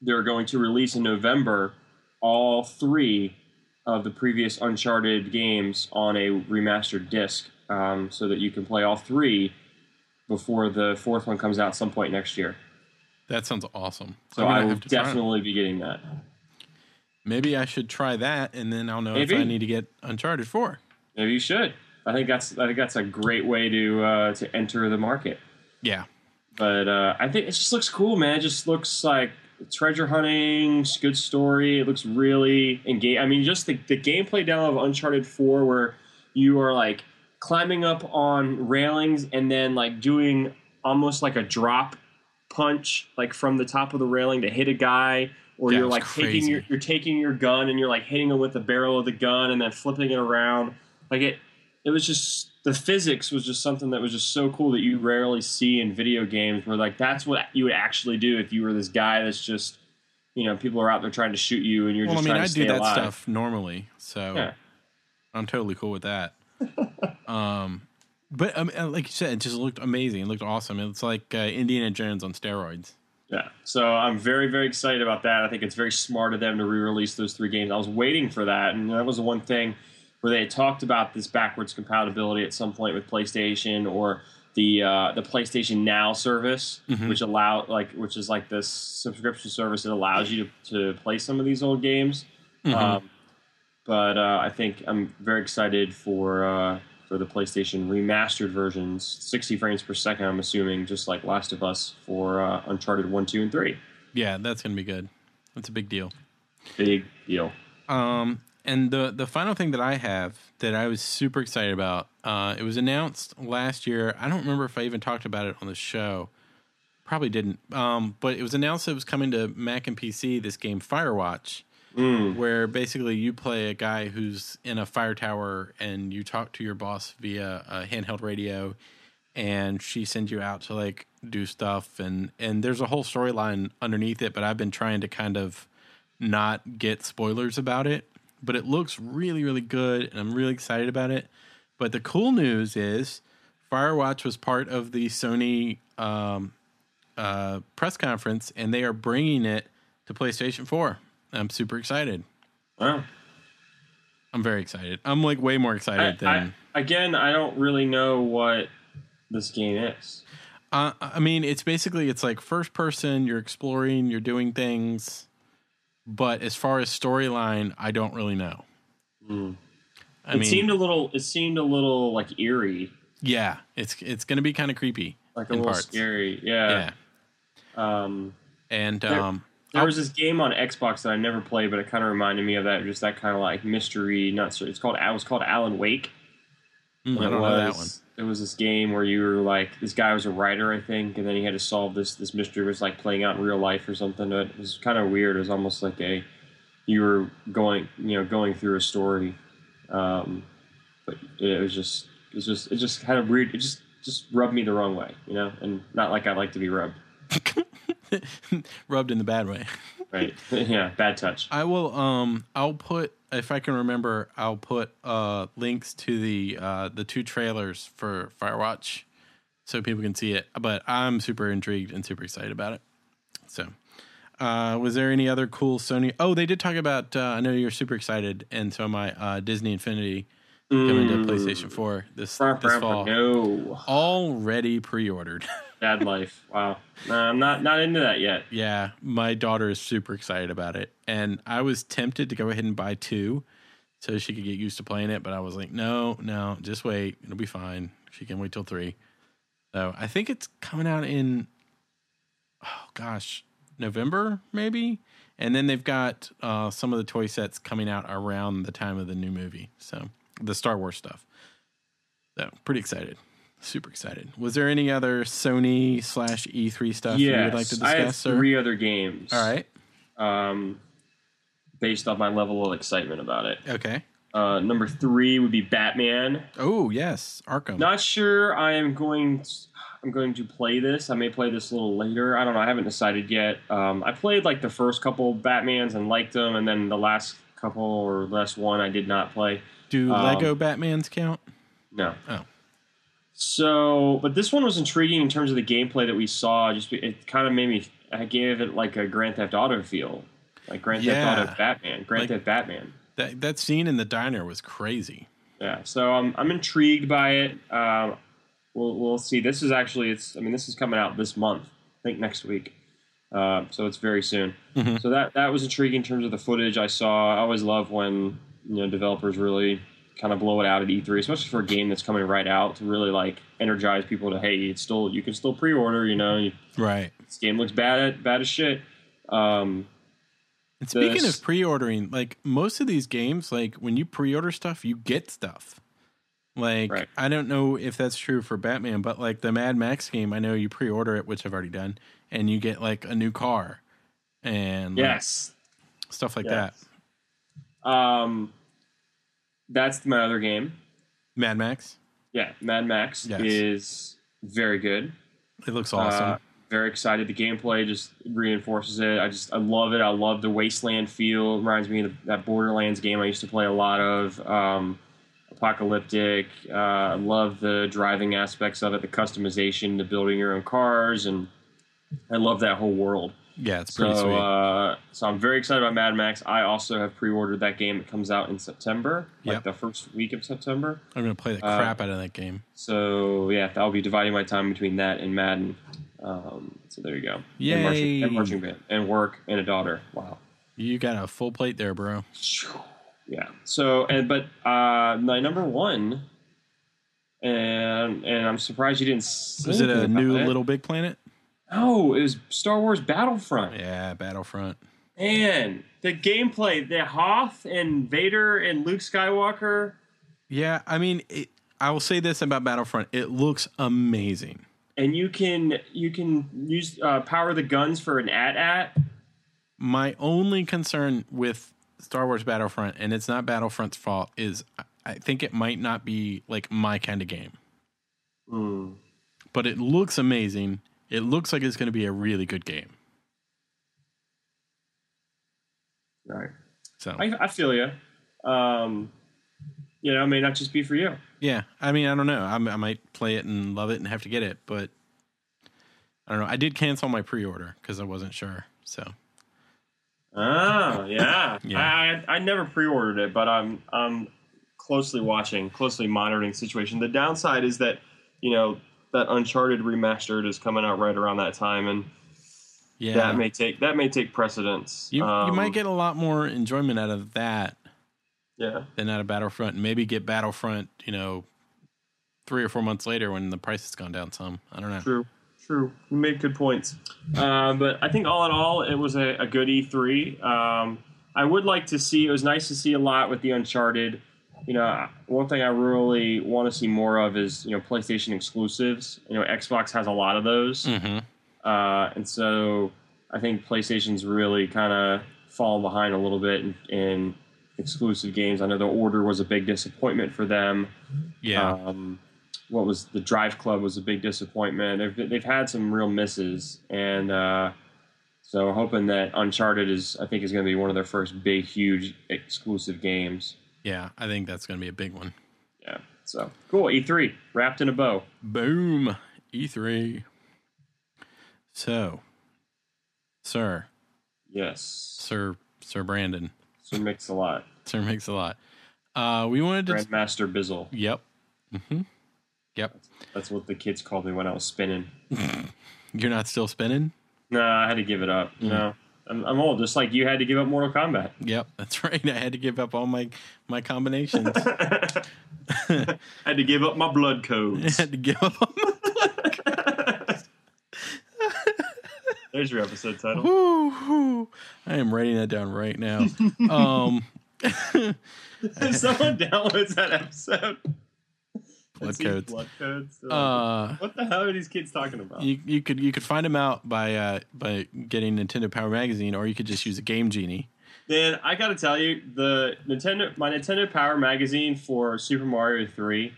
S2: They're going to release in November all three of the previous Uncharted games on a remastered disc, um, so that you can play all three before the fourth one comes out some point next year.
S1: that sounds awesome.
S2: So
S1: I'm gonna
S2: I will
S1: have to try it.
S2: definitely be getting that.
S1: Maybe I should try that and then I'll know
S2: Maybe.
S1: if I need to get Uncharted 4.
S2: Maybe you should. I think that's I think that's a great way to uh, to enter the market.
S1: Yeah.
S2: But uh, I think it just looks cool, man. It just looks like treasure hunting, it's a good story. It looks really engaging. I mean, just the, the gameplay demo of Uncharted 4, where you are like climbing up on railings and then like doing almost like a drop punch, like from the top of the railing to hit a guy. Or
S1: That
S2: you're
S1: was
S2: like taking
S1: crazy.
S2: your you're taking your gun and you're like hitting him with the barrel of the gun and then flipping it around. Like it it was just the physics was just something that was just so cool that you rarely see in video games where like that's what you would actually do if you were this guy that's just you know people are out there trying to shoot you and you're
S1: Well, I
S2: just
S1: mean,
S2: trying
S1: I
S2: to stay
S1: do that
S2: alive.
S1: stuff normally. So
S2: Yeah.
S1: I'm totally cool with that. um, but um, uh, like you said, it just looked amazing. It looked awesome. It's like uh, Indiana Jones on steroids.
S2: Yeah. So I'm very, very excited about that. I think it's very smart of them to re-release those three games. I was waiting for that, and that was the one thing where they had talked about this backwards compatibility at some point with PlayStation or the uh, the PlayStation Now service, which allow like which is like this subscription service that allows you to, to play some of these old games.
S1: Mm-hmm.
S2: Um, but uh, I think I'm very excited for uh, for the PlayStation remastered versions, 60 frames per second. I'm assuming just like Last of Us for uh, Uncharted one, two, and three.
S1: Yeah, that's gonna be good. That's a big deal.
S2: Big deal.
S1: Um, and the the final thing that I have that I was super excited about, uh, it was announced last year. I don't remember if I even talked about it on the show. Probably didn't. Um, but it was announced it was coming to Mac and PC. This game Firewatch, where basically you play a guy who's in a fire tower and you talk to your boss via a handheld radio, and she sends you out to like do stuff and and there's a whole storyline underneath it. But I've been trying to kind of not get spoilers about it, but it looks really, really good, and I'm really excited about it. But the cool news is Firewatch was part of the Sony um, uh, press conference, and they are bringing it to PlayStation 4. I'm super excited.
S2: Wow.
S1: I'm very excited. I'm like way more excited
S2: I- I-
S1: than.
S2: again, I don't really know what this game is.
S1: Uh, I mean, it's basically it's like first person. You're exploring. You're doing things, but as far as storyline, I don't really know. I
S2: Hmm. it
S1: mean,
S2: seemed a little. It seemed a little like eerie,
S1: yeah, it's it's going to be kind of creepy
S2: like a
S1: in
S2: little
S1: parts.
S2: scary.
S1: Yeah,
S2: Yeah. Um,
S1: and um,
S2: there was this game on Xbox that I never played, but it kind of reminded me of that. Just that kind of like mystery. Not sure. It's called. It was called Alan Wake.
S1: Mm, I
S2: It
S1: don't
S2: was,
S1: know that one.
S2: It was this game where you were like this guy was a writer, I think, and then he had to solve this this mystery was like playing out in real life or something. It was kind of weird. It was almost like a you were going you know going through a story, um, but it was just it was just it just had a weird it just just rubbed me the wrong way, you know, and not like I like to be rubbed.
S1: rubbed in the bad way.
S2: Right? yeah, bad touch.
S1: I will um I'll put if I can remember I'll put uh links to the uh the two trailers for Firewatch so people can see it. But I'm super intrigued and super excited about it. So uh was there any other cool Sony Oh, they did talk about uh, I know you're super excited and so my uh Disney Infinity coming
S2: Mm.
S1: to PlayStation 4 this this fall.
S2: No,
S1: Already pre-ordered.
S2: bad life. Wow, no, I'm not not into that yet.
S1: Yeah, my daughter is super excited about it. And I was tempted to go ahead and buy two so she could get used to playing it, but I was like, no, no, just wait. It'll be fine. She can wait till three. So I think it's coming out in, oh gosh, November maybe. And then they've got uh, some of the toy sets coming out around the time of the new movie. So the Star Wars stuff. So pretty excited. Super excited. Was there any other Sony slash E3 stuff you
S2: Yeah,
S1: would like to discuss?
S2: I have
S1: sir?
S2: three other games.
S1: All right.
S2: um, based off my level of excitement about it.
S1: Okay.
S2: Uh, number three would be Batman.
S1: Oh yes, Arkham.
S2: Not sure I am going. To, I'm going to play this. I may play this a little later. I don't know. I haven't decided yet. Um, I played like the first couple Batmans and liked them, and then the last couple or last one I did not play.
S1: Do
S2: um,
S1: Lego Batman's count?
S2: No.
S1: Oh.
S2: So, but this one was intriguing in terms of the gameplay that we saw. Just be- it kind of made me. I gave it like a Grand Theft Auto feel, like Grand
S1: Yeah.
S2: Theft Auto Batman, Grand
S1: Like-
S2: Theft Batman.
S1: That that scene in the diner was crazy.
S2: Yeah, so um, I'm I'm intrigued by it. Um, we'll we'll see. This is actually it's. I mean, this is coming out this month. I think next week. Uh, so it's very soon. So that that was intriguing in terms of the footage I saw. I always love when you know developers really kind of blow it out at E3, especially for a game that's coming right out to really like energize people to hey, it's still you can still pre-order. You know, you,
S1: Right.
S2: this game looks bad at bad as shit. Um,
S1: And speaking
S2: This-
S1: of pre-ordering, like most of these games, like when you pre-order stuff, you get stuff. Like
S2: Right.
S1: I don't know if that's true for Batman, but like the Mad Max game, I know you pre-order it, which I've already done, and you get like a new car and like,
S2: yes,
S1: stuff like
S2: Yes.
S1: that.
S2: um, that's my other game.
S1: Mad Max,
S2: Yeah, Mad Max
S1: Yes.
S2: is very good.
S1: it looks awesome.
S2: Uh, very excited. The gameplay just reinforces it. I just I love it. I love the wasteland feel. It reminds me of that Borderlands game I used to play a lot of. Um, apocalyptic. Uh, I love the driving aspects of it, the customization, the building your own cars, and I love that whole world.
S1: Yeah, it's
S2: So,
S1: pretty sweet.
S2: uh, so I'm very excited about Mad Max. I also have pre-ordered that game. It comes out in September, like
S1: Yep.
S2: the first week of September.
S1: I'm gonna play the
S2: uh,
S1: crap out of that game.
S2: So yeah, I'll be dividing my time between that and Madden. Um, so there you go. And marching,
S1: Yay.
S2: and marching band, and work, and a daughter. Wow.
S1: You got a full plate there, bro.
S2: Yeah. So, and but uh, my number one, and and I'm surprised you didn't. say
S1: Is it a
S2: anything about
S1: new
S2: it.
S1: Little Big Planet?
S2: No, it was Star Wars Battlefront.
S1: Yeah, Battlefront.
S2: Man, the gameplay, the Hoth and Vader and Luke Skywalker.
S1: Yeah, I mean, it, I will say this about Battlefront: it looks amazing.
S2: And you can you can use uh, power the guns for an at at.
S1: My only concern with Star Wars Battlefront, and it's not Battlefront's fault, is I- I think it might not be like my kind of game.
S2: Hmm.
S1: But it looks amazing. It looks like it's going to be a really good game.
S2: Right.
S1: So
S2: I, I feel you. Um, you know, it may not just be for you.
S1: Yeah, I mean, I don't know. I, I might play it and love it and have to get it, but I don't know. I did cancel my pre-order because I wasn't sure. So
S2: Oh, yeah.
S1: Yeah.
S2: I, I I never pre-ordered it, but I'm I'm closely watching, closely monitoring the situation. The downside is that you know that Uncharted remastered is coming out right around that time, and
S1: yeah,
S2: that may take that may take precedence.
S1: you you
S2: Um,
S1: might get a lot more enjoyment out of that
S2: yeah.
S1: than out of Battlefront, and maybe get Battlefront, you know, three or four months later when the price has gone down some. I don't know.
S2: True, true. You made good points. Uh, but I think all in all, it was a, a good E3. Um, I would like to see. It was nice to see a lot with the Uncharted. You know, one thing I really want to see more of is you know PlayStation exclusives. You know, Xbox has a lot of those,
S1: hmm
S2: uh, and so I think PlayStation's really kind of fallen behind a little bit in, in exclusive games. I know the Order was a big disappointment for them.
S1: Yeah,
S2: Um, what was the Drive Club was a big disappointment. They've they've had some real misses, and uh, so hoping that Uncharted is I think is going to be one of their first big, huge exclusive games.
S1: yeah. I think that's going to be a big one.
S2: Yeah. So cool. E three wrapped in a bow.
S1: Boom. E3. So, sir,
S2: Yes.
S1: sir, sir Brandon.
S2: So mix a lot.
S1: Sir makes a lot. Uh, we wanted to.
S2: Grandmaster Bizzle.
S1: Yep. hmm Yep.
S2: That's what the kids called me when I was spinning.
S1: You're not still spinning.
S2: No, I had to give it up. No, I'm, I'm old. Just like you had to give up Mortal Kombat.
S1: Yep, that's right. I had to give up all my my combinations.
S2: I had to give up my blood
S1: I
S2: codes.
S1: had to give up.
S2: There's your episode title.
S1: Woo, woo. I am writing that down right now. Um,
S2: if someone downloads that episode,
S1: blood
S2: it's these
S1: codes.
S2: Blood codes. They're like,
S1: Uh,
S2: what the hell are these kids talking about?
S1: you you could you could find them out by uh by getting Nintendo Power Magazine, or you could just use a Game Genie.
S2: Then I gotta tell you, the Nintendo, my Nintendo Power magazine for Super Mario Three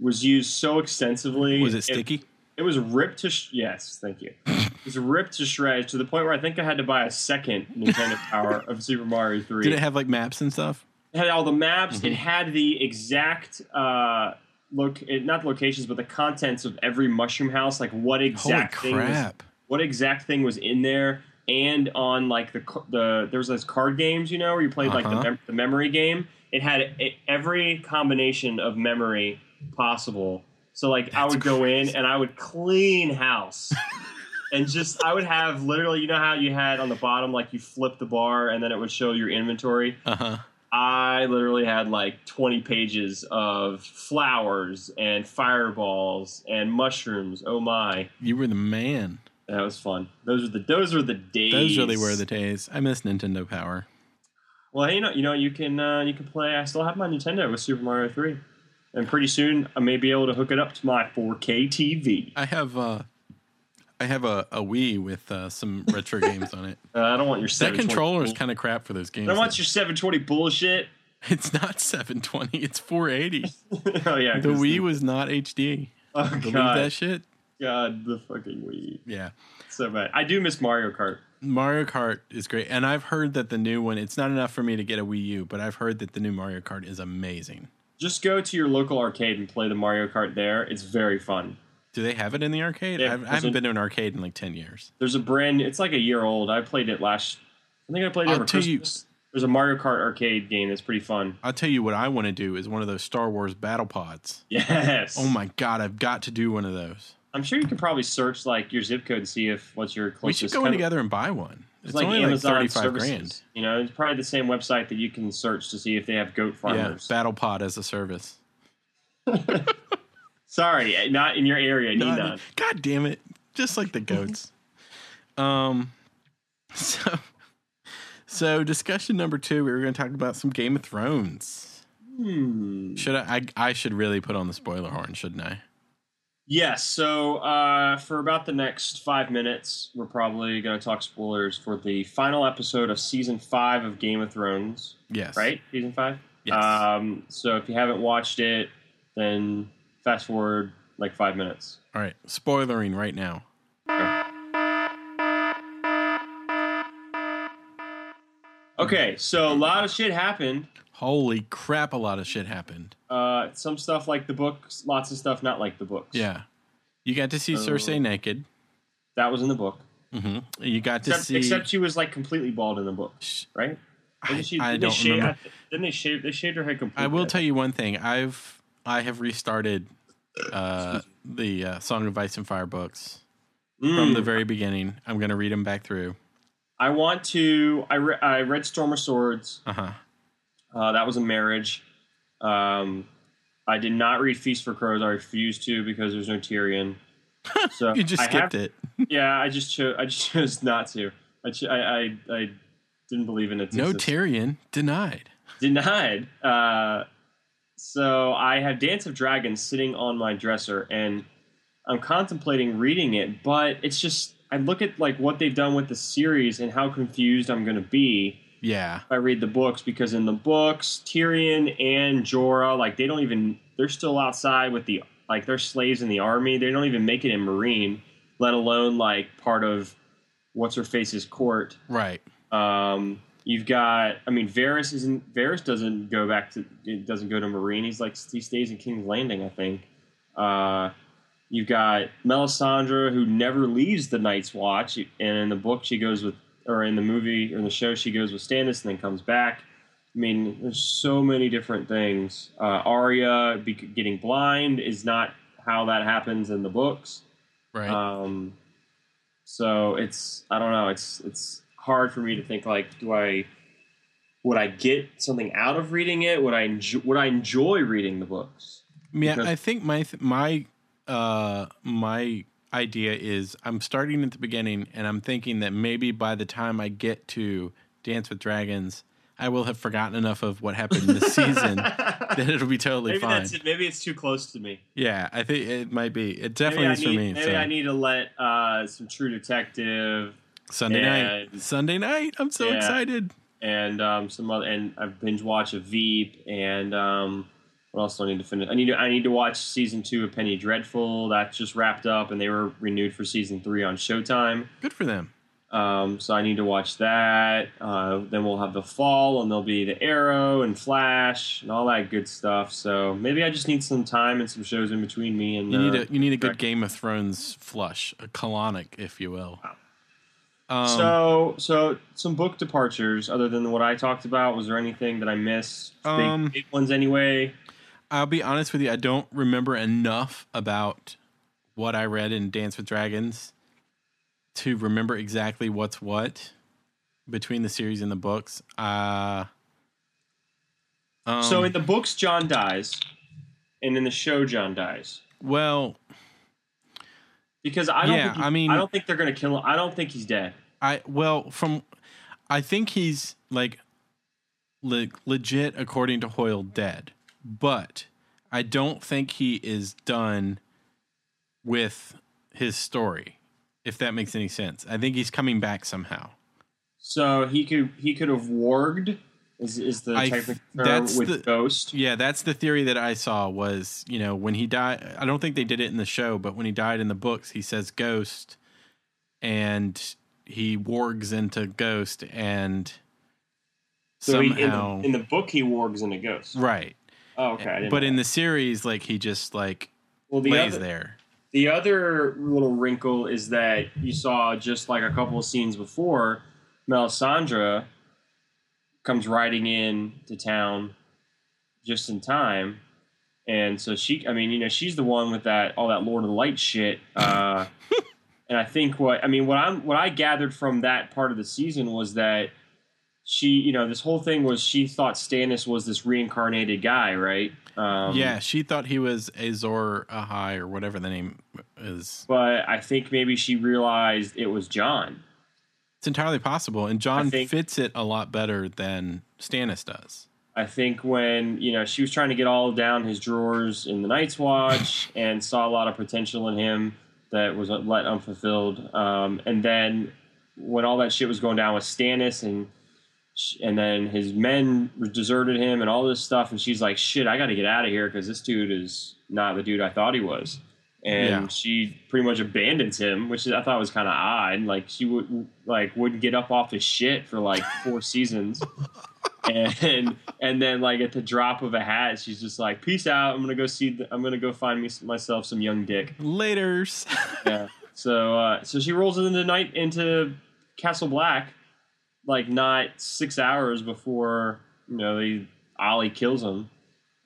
S2: was used so extensively.
S1: Was it sticky?
S2: It, was ripped to sh- yes, thank you. It was ripped to shreds to the point where I think I had to buy a second Nintendo Power of Super Mario Three.
S1: Did it Mm-hmm. have like maps and stuff?
S2: It had all the maps. It had the exact uh, look, it, not the locations, but the contents of every mushroom house. Like what exact
S1: Holy
S2: thing? Was,
S1: crap!
S2: what exact thing was in there? And on like the c- the there was those card games, you know, where you played like the,
S1: Uh-huh.
S2: mem- the memory game. It had it, every combination of memory possible. So like I
S1: That's
S2: would go in
S1: crazy.
S2: and I would clean house. And just, I would have literally, you know how you had on the bottom, like you flip the bar and then it would show your inventory.
S1: Uh huh.
S2: I literally had like 20 pages of flowers and fireballs and mushrooms. Oh my,
S1: You were the man.
S2: that was fun. Those were the those were the days.
S1: Those really were the days. I miss Nintendo Power.
S2: Well, hey, you know, you know, you can uh, you can play. I still have my Nintendo with Super Mario 3, and pretty soon I may be able to hook it up to my 4K TV.
S1: I have uh, I have a, a Wii with uh, some retro games on it.
S2: Uh, I don't want your
S1: That
S2: 720
S1: controller is
S2: bull-
S1: kind of crap for those games.
S2: I don't want
S1: though.
S2: your 720 bullshit.
S1: It's not 720. It's 480.
S2: oh yeah,
S1: The
S2: 'cause
S1: Wii was not HD.
S2: Oh
S1: Believe
S2: god,
S1: that shit?
S2: god, the fucking Wii.
S1: Yeah.
S2: So bad. I do miss Mario Kart.
S1: Mario Kart is great, and I've heard that the new one. It's not enough for me to get a Wii U, but I've heard that the new Mario Kart is amazing.
S2: just go to your local arcade and play the Mario Kart there. It's very fun.
S1: Do they have it in the arcade?
S2: Yeah,
S1: I've, I haven't
S2: it's a-
S1: been to an arcade in like ten years.
S2: There's a brand. It's like a year old. I played it last. I think I played it
S1: I'll
S2: over
S1: tell you-
S2: Christmas. There's a Mario Kart arcade game that's pretty fun.
S1: I'll tell you what I want to do is one of those Star Wars battle pods.
S2: Yes.
S1: Oh my god, I've got to do one of those.
S2: I'm sure you could probably search like your zip code and see if what's your
S1: We
S2: closest.
S1: should go in
S2: kind of-
S1: together and buy one. It's,
S2: It's like
S1: only
S2: Amazon
S1: like thirty-five
S2: services.
S1: grand.
S2: You know, it's probably the same website that you can search to see if they have goat
S1: Yeah,
S2: farmers.
S1: battle pod as a service.
S2: Sorry, eh, not in your area,
S1: No, I
S2: Nina.
S1: mean- God damn it. Just like the goats. um so so discussion number two, we were gonna talk about some Game of Thrones.
S2: Hmm.
S1: Should I, I I should really put on the spoiler horn, shouldn't I?
S2: Yes. So uh, for about the next five minutes, we're probably going to talk spoilers for the final episode of season five of Game of Thrones.
S1: Yes.
S2: Right, season five.
S1: Yes.
S2: Um, so if you haven't watched it, then fast forward like five minutes.
S1: All right. Spoilering right now.
S2: Okay, so a lot of shit happened.
S1: Holy crap, a lot of shit happened.
S2: Uh, some stuff like the books, lots of stuff not like the books.
S1: Yeah. You got to see
S2: So-
S1: Cersei naked.
S2: that was in the book.
S1: hmm You got to
S2: Except,
S1: see
S2: except she was like completely bald in the book, right?
S1: I,
S2: Didn't she-
S1: I
S2: didn't they
S1: don't
S2: shave-
S1: remember.
S2: Didn't they shave? They shaved her head completely.
S1: I will tell you one thing. I've I have restarted uh, the uh, Song of Ice and Fire books
S2: you
S1: from the very beginning. I'm going to read them back through.
S2: Mm. I want to. I, re- I read Storm of Swords.
S1: Uh huh.
S2: Uh, that was a marriage. Um, I did not read Feast for Crows. I refused to because there's no Tyrion. So
S1: You just
S2: I have-
S1: skipped it.
S2: Yeah, I just chose. I just chose not to. I cho- I, I I didn't believe in it.
S1: No
S2: Tyrion.
S1: Tyrion denied.
S2: denied. Uh, so I have Dance of Dragons sitting on my dresser, and I'm contemplating reading it, but it's just I look at like what they've done with the series and how confused I'm going to be
S1: Yeah.
S2: if I read the books because in the books Tyrion and Jorah like they don't even they're still outside with the like they're slaves in the army. They don't even make it in Marine, let alone like part of what's her face's court.
S1: Right.
S2: Um, you've got, I mean, Varys isn't Varys doesn't go back to it doesn't go to Marine. He's like he stays in King's Landing, I think. Uh, you've got Melisandre who never leaves the Night's Watch, and in the book she goes with, or in the movie or in the show she goes with Stannis and then comes back. I mean, there's so many different things. Uh, Arya be- getting blind is not how that happens in the books.
S1: Right.
S2: Um, so it's I don't know. It's it's hard for me to think like, do I would I get something out of reading it? Would I enjoy, would I enjoy reading the books?
S1: yeah.
S2: because-
S1: I think my th- my uh my idea is I'm starting at the beginning and I'm thinking that maybe by the time I get to Dance with Dragons, I will have forgotten enough of what happened this season that it'll be totally
S2: maybe
S1: fine.
S2: that's it. Maybe it's too close to me.
S1: Yeah, I think it might be. It
S2: Maybe
S1: definitely
S2: I
S1: is for
S2: need,
S1: me.
S2: maybe
S1: so.
S2: I need to let uh, some True Detective
S1: Sunday
S2: Yeah.
S1: night. Sunday night. I'm so
S2: Yeah.
S1: excited.
S2: and um, some other, and I've binge watched a Veep and um, what else do I need to finish? I need to I need to watch season two of Penny Dreadful. That just wrapped up, and they were renewed for season three on Showtime.
S1: Good for them.
S2: Um, so I need to watch that. Uh, then we'll have the fall, and there'll be the Arrow and Flash and all that good stuff. So maybe I just need some time and some shows in between me and
S1: You
S2: uh,
S1: need a you need a good
S2: correct.
S1: Game of Thrones flush, a colonic, if you will. Um,
S2: so so some book departures other than what I talked about. Was there anything that I missed? Big-
S1: Um,
S2: big, ones anyway.
S1: I'll be honest with you. I don't remember enough about what I read in Dance with Dragons to remember exactly what's what between the series and the books. Uh, um,
S2: so in the books, John dies, and in the show, John dies.
S1: well,
S2: Because I don't,
S1: Yeah,
S2: think he-
S1: I mean-
S2: I don't think they're gonna kill him. I don't think he's dead.
S1: I well from I think he's like le- legit according to Hoyle dead, but I don't think he is done with his story. If that makes any sense, I think he's coming back somehow.
S2: So he could he could have warged is, is the
S1: I-
S2: technical term
S1: that's
S2: with
S1: the-
S2: ghost.
S1: Yeah, that's the theory that I saw was, you know, when he died, I don't think they did it in the show, but when he died in the books, he says ghost and he wargs into ghost and
S2: So he, in,
S1: somehow
S2: the, in the book he wargs in a ghost.
S1: right.
S2: Oh, okay. I didn't
S1: but
S2: know
S1: in
S2: that.
S1: the series, like he just like
S2: well, the
S1: lays
S2: other,
S1: there.
S2: The other little wrinkle is that you saw just like a couple of scenes before, Melisandre comes riding in to town just in time. And so she, I mean, you know, she's the one with that all that Lord of the Light shit. Uh, and I think what I mean, what I'm, what I gathered from that part of the season was that she, you know, this whole thing was she thought Stannis was this reincarnated guy, right? Um,
S1: yeah, she thought he was Azor Ahai or whatever the name is.
S2: But I think maybe she realized it was John.
S1: It's entirely possible, and John
S2: I think-
S1: fits it a lot better than Stannis does.
S2: I think when you know she was trying to get all down his drawers in the Night's Watch and saw a lot of potential in him that was let unfulfilled. Um, and then when all that shit was going down with Stannis and sh- and then his men deserted him and all this stuff, and she's like, "Shit, I got to get out of here because this dude is not the dude I thought he was." And
S1: Yeah.
S2: she pretty much abandons him, which I thought was kind of odd. Like she would like wouldn't get up off his shit for like four seasons and and then like at the drop of a hat, she's just like, "Peace out. I'm gonna go see. The, I'm gonna go find me myself some young dick."
S1: Later's.
S2: Yeah. so uh, so she rolls into the night into Castle Black, like not six hours before you know the Ollie kills him.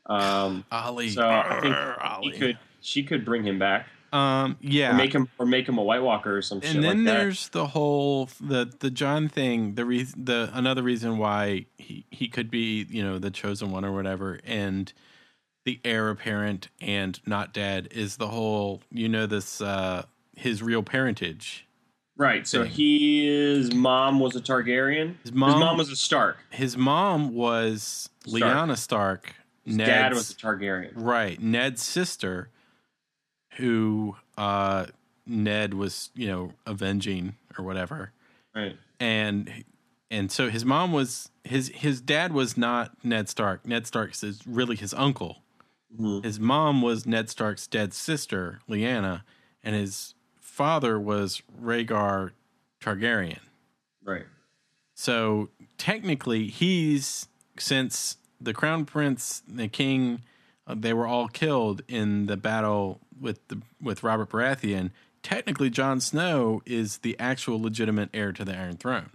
S2: Um,
S1: Ollie.
S2: so I
S1: Arr,
S2: think
S1: Ollie.
S2: he could she could bring him back,
S1: um, yeah.
S2: or make him or make him a White Walker or some shit
S1: and then
S2: like that.
S1: there's the whole the the John thing. The re- the another reason why he he could be you know the chosen one or whatever, and the heir apparent and not dead is the whole you know this uh his real parentage.
S2: right. So
S1: thing.
S2: he his mom was a Targaryen.
S1: His mom-
S2: his mom was a Stark.
S1: His mom was
S2: Stark.
S1: Lyanna Stark.
S2: His dad was a Targaryen.
S1: Right. Ned's sister, who uh, Ned was, you know, avenging or whatever.
S2: Right.
S1: And and so his mom was his his dad was not Ned Stark. Ned Stark's is really his uncle.
S2: Mhm.
S1: His mom was Ned Stark's dead sister, Lyanna, and his father was Rhaegar Targaryen.
S2: Right.
S1: So technically, he's since the crown prince, the king, uh, they were all killed in the battle with the with Robert Baratheon. Technically, Jon Snow is the actual legitimate heir to the Iron Throne.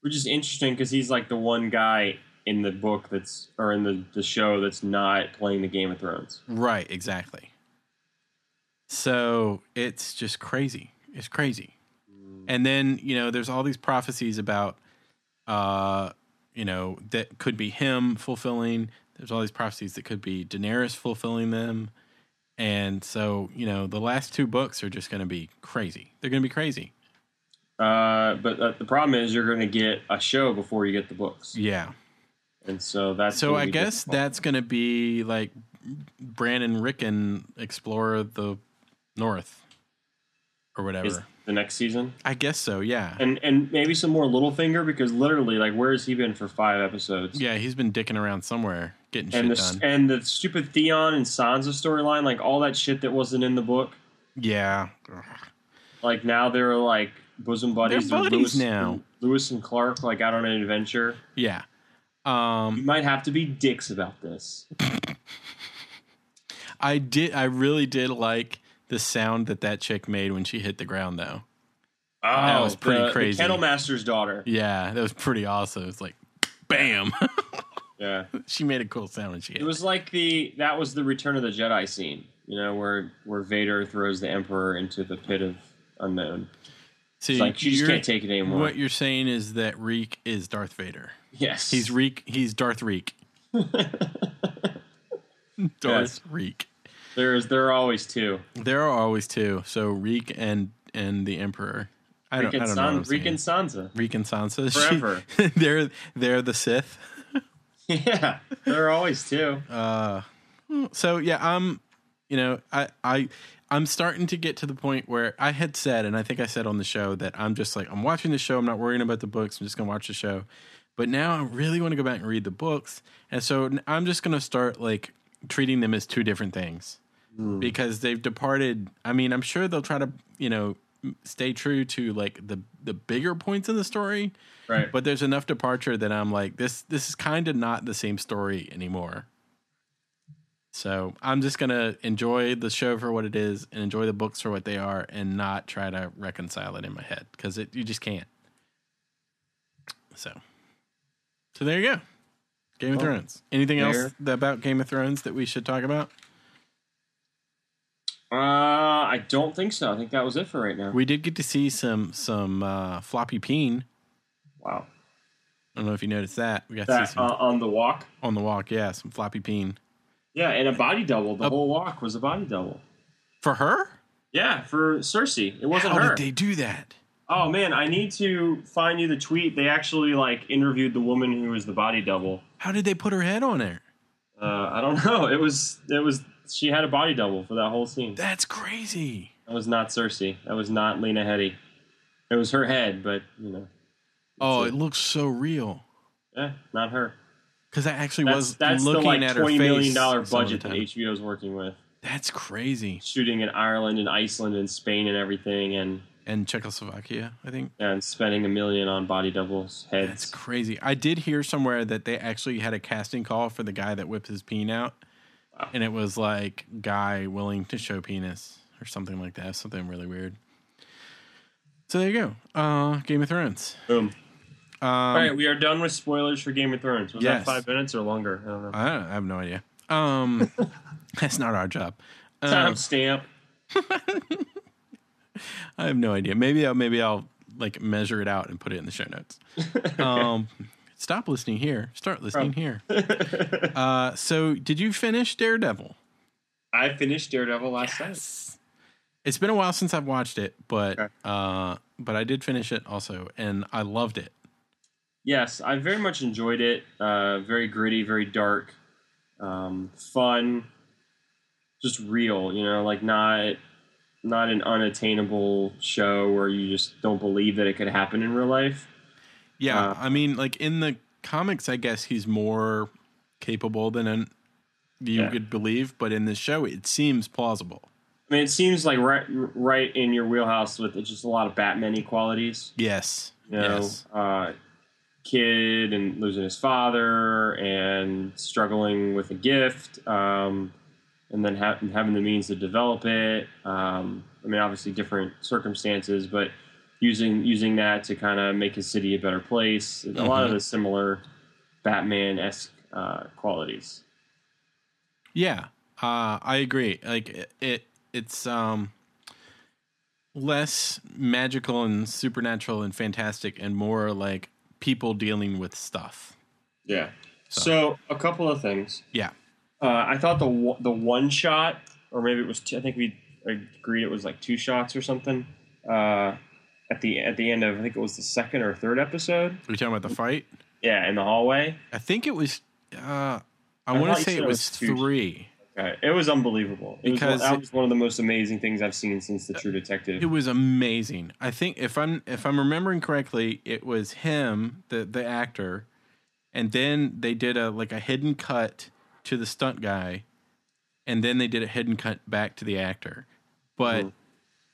S2: which is interesting because he's like the one guy in the book that's or in the, the show that's not playing the game of thrones
S1: Right, exactly. So it's just crazy. It's crazy. And then, you know, there's all these prophecies about uh, you know, that could be him fulfilling. There's all these prophecies that could be Daenerys fulfilling them. And so, you know, the last two books are just going to be crazy. They're going to be crazy.
S2: uh, but uh, the problem is you're going to get a show before you get the books
S1: Yeah.
S2: and so that's
S1: So
S2: gonna
S1: I
S2: be
S1: guess
S2: difficult.
S1: that's going to be like Brandon Rickon explore the north or whatever.
S2: is the next season
S1: I guess so. Yeah.
S2: and and maybe some more Littlefinger because literally like where has he been for five episodes
S1: yeah, he's been dicking around somewhere getting
S2: and
S1: shit
S2: the
S1: done.
S2: and the stupid Theon and Sansa storyline like all that shit that wasn't in the book
S1: yeah.
S2: like now they're like bosom buddies, They're
S1: buddies
S2: Lewis,
S1: now.
S2: Lewis and Clark like out on an adventure
S1: Yeah.
S2: You
S1: Um
S2: might have to be dicks about this.
S1: I did I really did like the sound that that chick made when she hit the ground though.
S2: Oh,
S1: That was pretty
S2: the, the
S1: crazy.
S2: Kennel master's daughter.
S1: Yeah, that was pretty awesome. It's like bam.
S2: Yeah,
S1: she made a cool sound when she hit.
S2: it was like the that was the Return of the Jedi scene. You know, where where Vader throws the Emperor into the pit of unknown.
S1: So
S2: It's like she just
S1: you're-
S2: can't take it anymore.
S1: What you're saying is that Reek is Darth Vader.
S2: yes,
S1: He's Reek he's Darth Reek. Darth Reek.
S2: there's there are always two.
S1: There are always two. So Reek and and the Emperor. I don't,
S2: Rick
S1: I
S2: and,
S1: don't know. what
S2: San,
S1: I'm saying.
S2: Rick and Sansa.
S1: Reek and Sansa.
S2: Forever.
S1: they're they're the Sith.
S2: Yeah, there are always two.
S1: Uh, So yeah, I'm you know, I I I'm starting to get to the point where I had said and I think I said on the show that I'm just like I'm watching the show, I'm not worrying about the books, I'm just going to watch the show. But now I really want to go back and read the books. And so n- I'm just going to start like treating them as two different things. Because they've departed, I mean, I'm sure they'll try to, you know, m- stay true to like the the bigger points in the story,
S2: Right.
S1: but there's enough departure that I'm like this this is kind of not the same story anymore. It's So I'm just gonna enjoy the show for what it is and enjoy the books for what they are, and not try to reconcile it in my head because it you just can't. So, so there you go, Game of
S2: Well,
S1: Thrones. Anything else
S2: Oh, there-
S1: th- about Game of Thrones that we should talk about?
S2: Uh, I don't think so. I think that was it for right now.
S1: We did get to see some some uh, floppy peen.
S2: Wow.
S1: I don't know if you noticed that. We got to see
S2: That, uh,
S1: some
S2: on the walk.
S1: on the walk. Yeah, some floppy peen
S2: Yeah, and a body double. The
S1: Uh,
S2: whole walk was a body double.
S1: for her.
S2: Yeah, for Cersei. It wasn't
S1: How
S2: her.
S1: did they do that?
S2: Oh man, I need to find you the tweet. They actually like interviewed the woman who was the body double.
S1: How did they put her head on there?
S2: Uh, I don't know. It was it was she had a body double for that whole scene.
S1: That's crazy.
S2: That was not Cersei. That was not Lena Headey. It was her head, but you know,
S1: Oh,
S2: a-
S1: it looks so real.
S2: eh, not her.
S1: Because I actually
S2: That's
S1: was
S2: that's the
S1: looking
S2: like
S1: at her
S2: twenty
S1: face.
S2: million dollar
S1: some of the
S2: budget that
S1: time.
S2: HBO is working with,
S1: That's crazy.
S2: shooting in Ireland and Iceland and Spain and everything, and
S1: And Czechoslovakia, I think.
S2: and spending a million on body doubles
S1: That's
S2: heads.
S1: crazy. I did hear somewhere that they actually had a casting call for the guy that whips his peen out. And it was like guy willing to show penis or something like that. Something really weird. So there you go. Uh Game of Thrones.
S2: Boom.
S1: Um,
S2: All right, we are done with spoilers for Game of Thrones. Was
S1: Yes.
S2: that five minutes or longer? I don't know.
S1: I, don't, I have no idea. Um that's not our job. Um,
S2: Timestamp.
S1: I have no idea. Maybe I'll maybe I'll like measure it out and put it in the show notes. Um, stop listening here. Start listening
S2: Oh.
S1: here. uh, so, did you finish Daredevil?
S2: I finished Daredevil last night.
S1: It's been a while since I've watched it, but
S2: Okay.
S1: uh, but I did finish it also, and I loved it.
S2: Yes, I very much enjoyed it. Uh, very gritty, very dark, um, fun, just real. You know, like not not an unattainable show where you just don't believe that it could happen in real life.
S1: Yeah,
S2: Uh,
S1: I mean, like in the comics, I guess he's more capable than an, you
S2: Yeah.
S1: could believe, but in the show, it seems plausible.
S2: I mean, it seems like right right in your wheelhouse with just a lot of Batman qualities.
S1: Yes.
S2: you know,
S1: Yes.
S2: uh, kid and losing his father and struggling with a gift, um, and then ha- having the means to develop it. Um, I mean, obviously different circumstances, but using using that to kind of make his city a better place. A lot of the similar Batman esque uh, qualities.
S1: Yeah, uh, I agree. Like it, it, it's um, less magical and supernatural and fantastic, and more like people dealing with stuff.
S2: Yeah. So a couple of things.
S1: Yeah,
S2: Uh, I thought the wo- the one shot, or maybe it was. Two, I think we agreed it was like two shots or something. Uh, at the at the end of I think it was the second or third episode.
S1: are you talking about the fight?
S2: Yeah, in the hallway.
S1: I think it was. Uh, I want to
S2: thought you
S1: say
S2: said
S1: it
S2: it
S1: was
S2: was two.
S1: three.
S2: Okay. Uh, It was unbelievable. It was one-
S1: Because
S2: that
S1: it-
S2: was one of the most amazing things I've seen since the True Detective.
S1: It was amazing. I think if I'm if I'm remembering correctly, it was him, the the actor, and then they did a like a hidden cut to the stunt guy, and then they did a hidden cut back to the actor. But
S2: Mhm.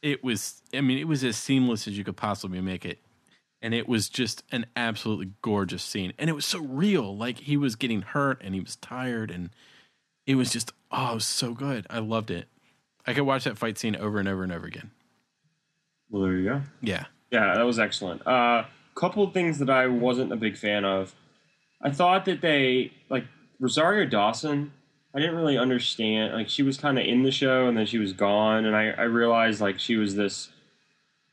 S1: it was I mean, it was as seamless as you could possibly make it. And it was just an absolutely gorgeous scene. And it was so real. Like he was getting hurt and he was tired and it was just oh, it was so good. I loved it. I could watch that fight scene over and over and over again.
S2: well, there you go.
S1: Yeah.
S2: Yeah, that was excellent. A uh, couple of things that I wasn't a big fan of. I thought that they like Rosario Dawson. I didn't really understand. Like she was kind of in the show and then she was gone, and I, I realized like she was this.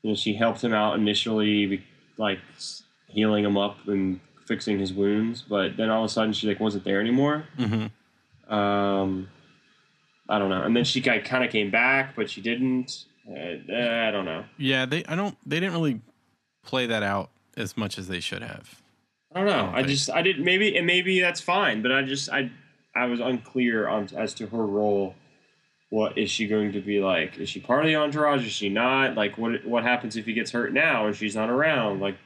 S2: You know, she helped him out initially, be- like s- healing him up and fixing his wounds, but then all of a sudden she like wasn't there anymore.
S1: Mm-hmm.
S2: Um, I don't know. And then she kind of came back, but she didn't. Uh, I don't know.
S1: Yeah, they I don't they didn't really play that out as much as they should have.
S2: I don't know.
S1: don't
S2: I,
S1: think-
S2: just I did maybe and maybe that's fine, but I just I I was unclear on as to her role. What is she going to be like? Is she part of the entourage? Is she not? Like what what happens if he gets hurt now and she's not around? Like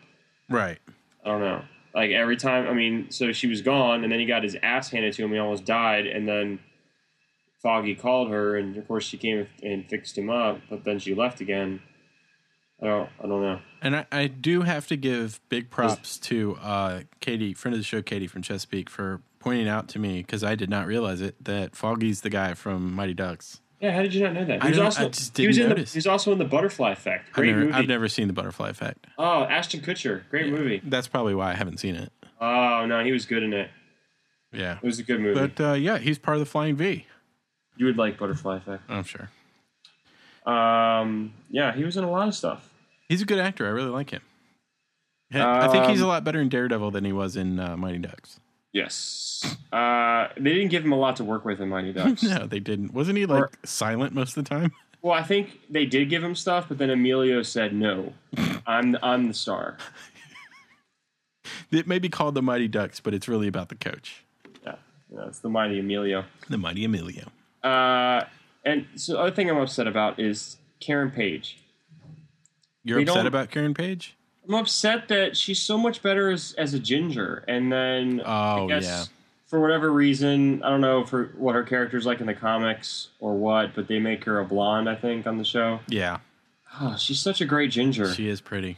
S1: Right.
S2: I don't know. Like every time I mean, so she was gone and then he got his ass handed to him, he almost died, and then Foggy called her and of course she came and fixed him up, but then she left again. I don't. I don't know.
S1: And I, I do have to give big props to uh, Katie, friend of the show, Katie from Chesapeake, for pointing out to me because I did not realize it that Foggy's the guy from Mighty Ducks.
S2: Yeah, how did you not know that?
S1: I
S2: He was
S1: don't-
S2: also
S1: I just
S2: he was
S1: didn't
S2: in the,
S1: notice.
S2: he was also in the Butterfly Effect.
S1: I've
S2: Great
S1: never,
S2: movie.
S1: I've never seen the Butterfly Effect.
S2: oh, Ashton Kutcher. Great movie.
S1: That's probably why I haven't seen it.
S2: Oh no, he was good in it.
S1: Yeah,
S2: It was a good movie.
S1: but uh, yeah, he's part of the Flying V.
S2: you would like Butterfly Effect.
S1: I'm sure
S2: Um, yeah, he was in a lot of stuff.
S1: he's a good actor. I really like him. Heck, I think he's a
S2: Um,
S1: lot better in Daredevil than he was in uh, Mighty Ducks.
S2: Yes. Uh, they didn't give him a lot to work with in Mighty Ducks.
S1: No, they didn't. Wasn't he like silent most of the time?
S2: Well, I think they did give him stuff, but then Emilio said no. I'm I'm the star.
S1: It may be called the Mighty Ducks, but it's really about the coach,
S2: Yeah, yeah it's the mighty Emilio.
S1: the Mighty Emilio.
S2: Uh, and so the other thing I'm upset about is Karen Page.
S1: You're
S2: They
S1: upset
S2: don't-
S1: about Karen Page?
S2: I'm upset that she's so much better as, as a ginger, and then I
S1: Oh,
S2: guess
S1: yeah.
S2: for whatever reason, I don't know for what her character's like in the comics or what, but they make her a blonde. I think on the show.
S1: Yeah,
S2: Oh, she's such a great ginger.
S1: she is pretty.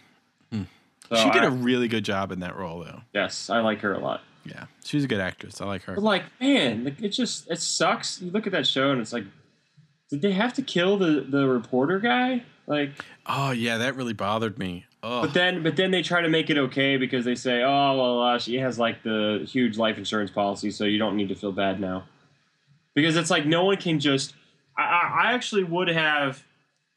S2: So
S1: she did
S2: I-
S1: a really good job in that role, though.
S2: yes, I like her a lot.
S1: Yeah, she's a good actress. I like her.
S2: But like, man, like it just it sucks. You look at that show and it's like, did they have to kill the the reporter guy? Like,
S1: Oh yeah, that really bothered me. Oh,
S2: but then but then they try to make it okay because they say, oh well, uh, she has like the huge life insurance policy, so you don't need to feel bad now. Because it's like no one can just. I, I I actually would have.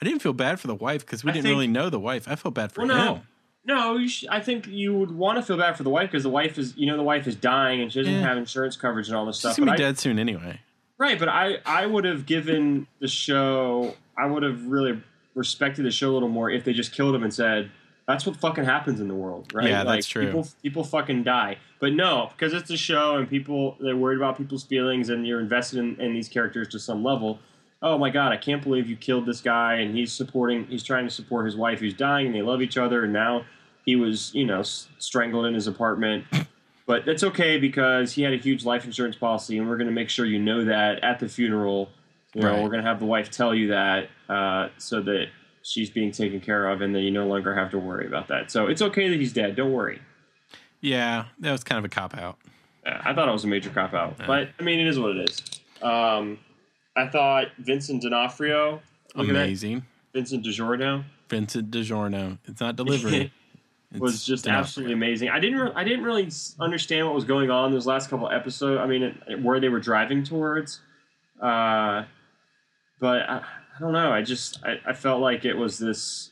S1: I didn't feel bad for the wife because we
S2: I
S1: didn't
S2: think-
S1: really know the wife. I felt bad for
S2: Well,
S1: him.
S2: no. No, you sh- I think you would want to feel bad for the wife because the wife is, you know, the wife is dying and she doesn't
S1: Yeah.
S2: have insurance coverage and all this
S1: She's
S2: stuff.
S1: gonna
S2: but
S1: be
S2: I-
S1: dead soon anyway.
S2: Right, but I, I would have given the show, I would have really respected the show a little more if they just killed him and said, that's what fucking happens in the world, right?
S1: Yeah,
S2: like,
S1: that's true.
S2: People, people fucking die. But no, because it's a show and people, they're worried about people's feelings and you're invested in, in these characters to some level. Oh my God, I can't believe you killed this guy and he's supporting, he's trying to support his wife who's dying and they love each other and now he was, you know, s- strangled in his apartment. But that's okay because he had a huge life insurance policy, and we're going to make sure you know that at the funeral. You know,
S1: Right.
S2: we're going to have the wife tell you that uh, so that she's being taken care of, and then you no longer have to worry about that. So it's okay that he's dead. Don't worry.
S1: Yeah, that was kind of a cop out.
S2: Uh, I thought it was a major cop out, but I mean, it is what it is. Um, I thought Vincent D'Onofrio. Look at that,
S1: Amazing,
S2: Vincent DiGiorno.
S1: Vincent DiGiorno. It's not delivery. It's
S2: was just
S1: D'Onofrio.
S2: absolutely amazing. I didn't re- I didn't really s- understand what was going on in those last couple episodes. I mean, it, it- where they were driving towards, uh, but I, I don't know. I just I, I felt like it was this.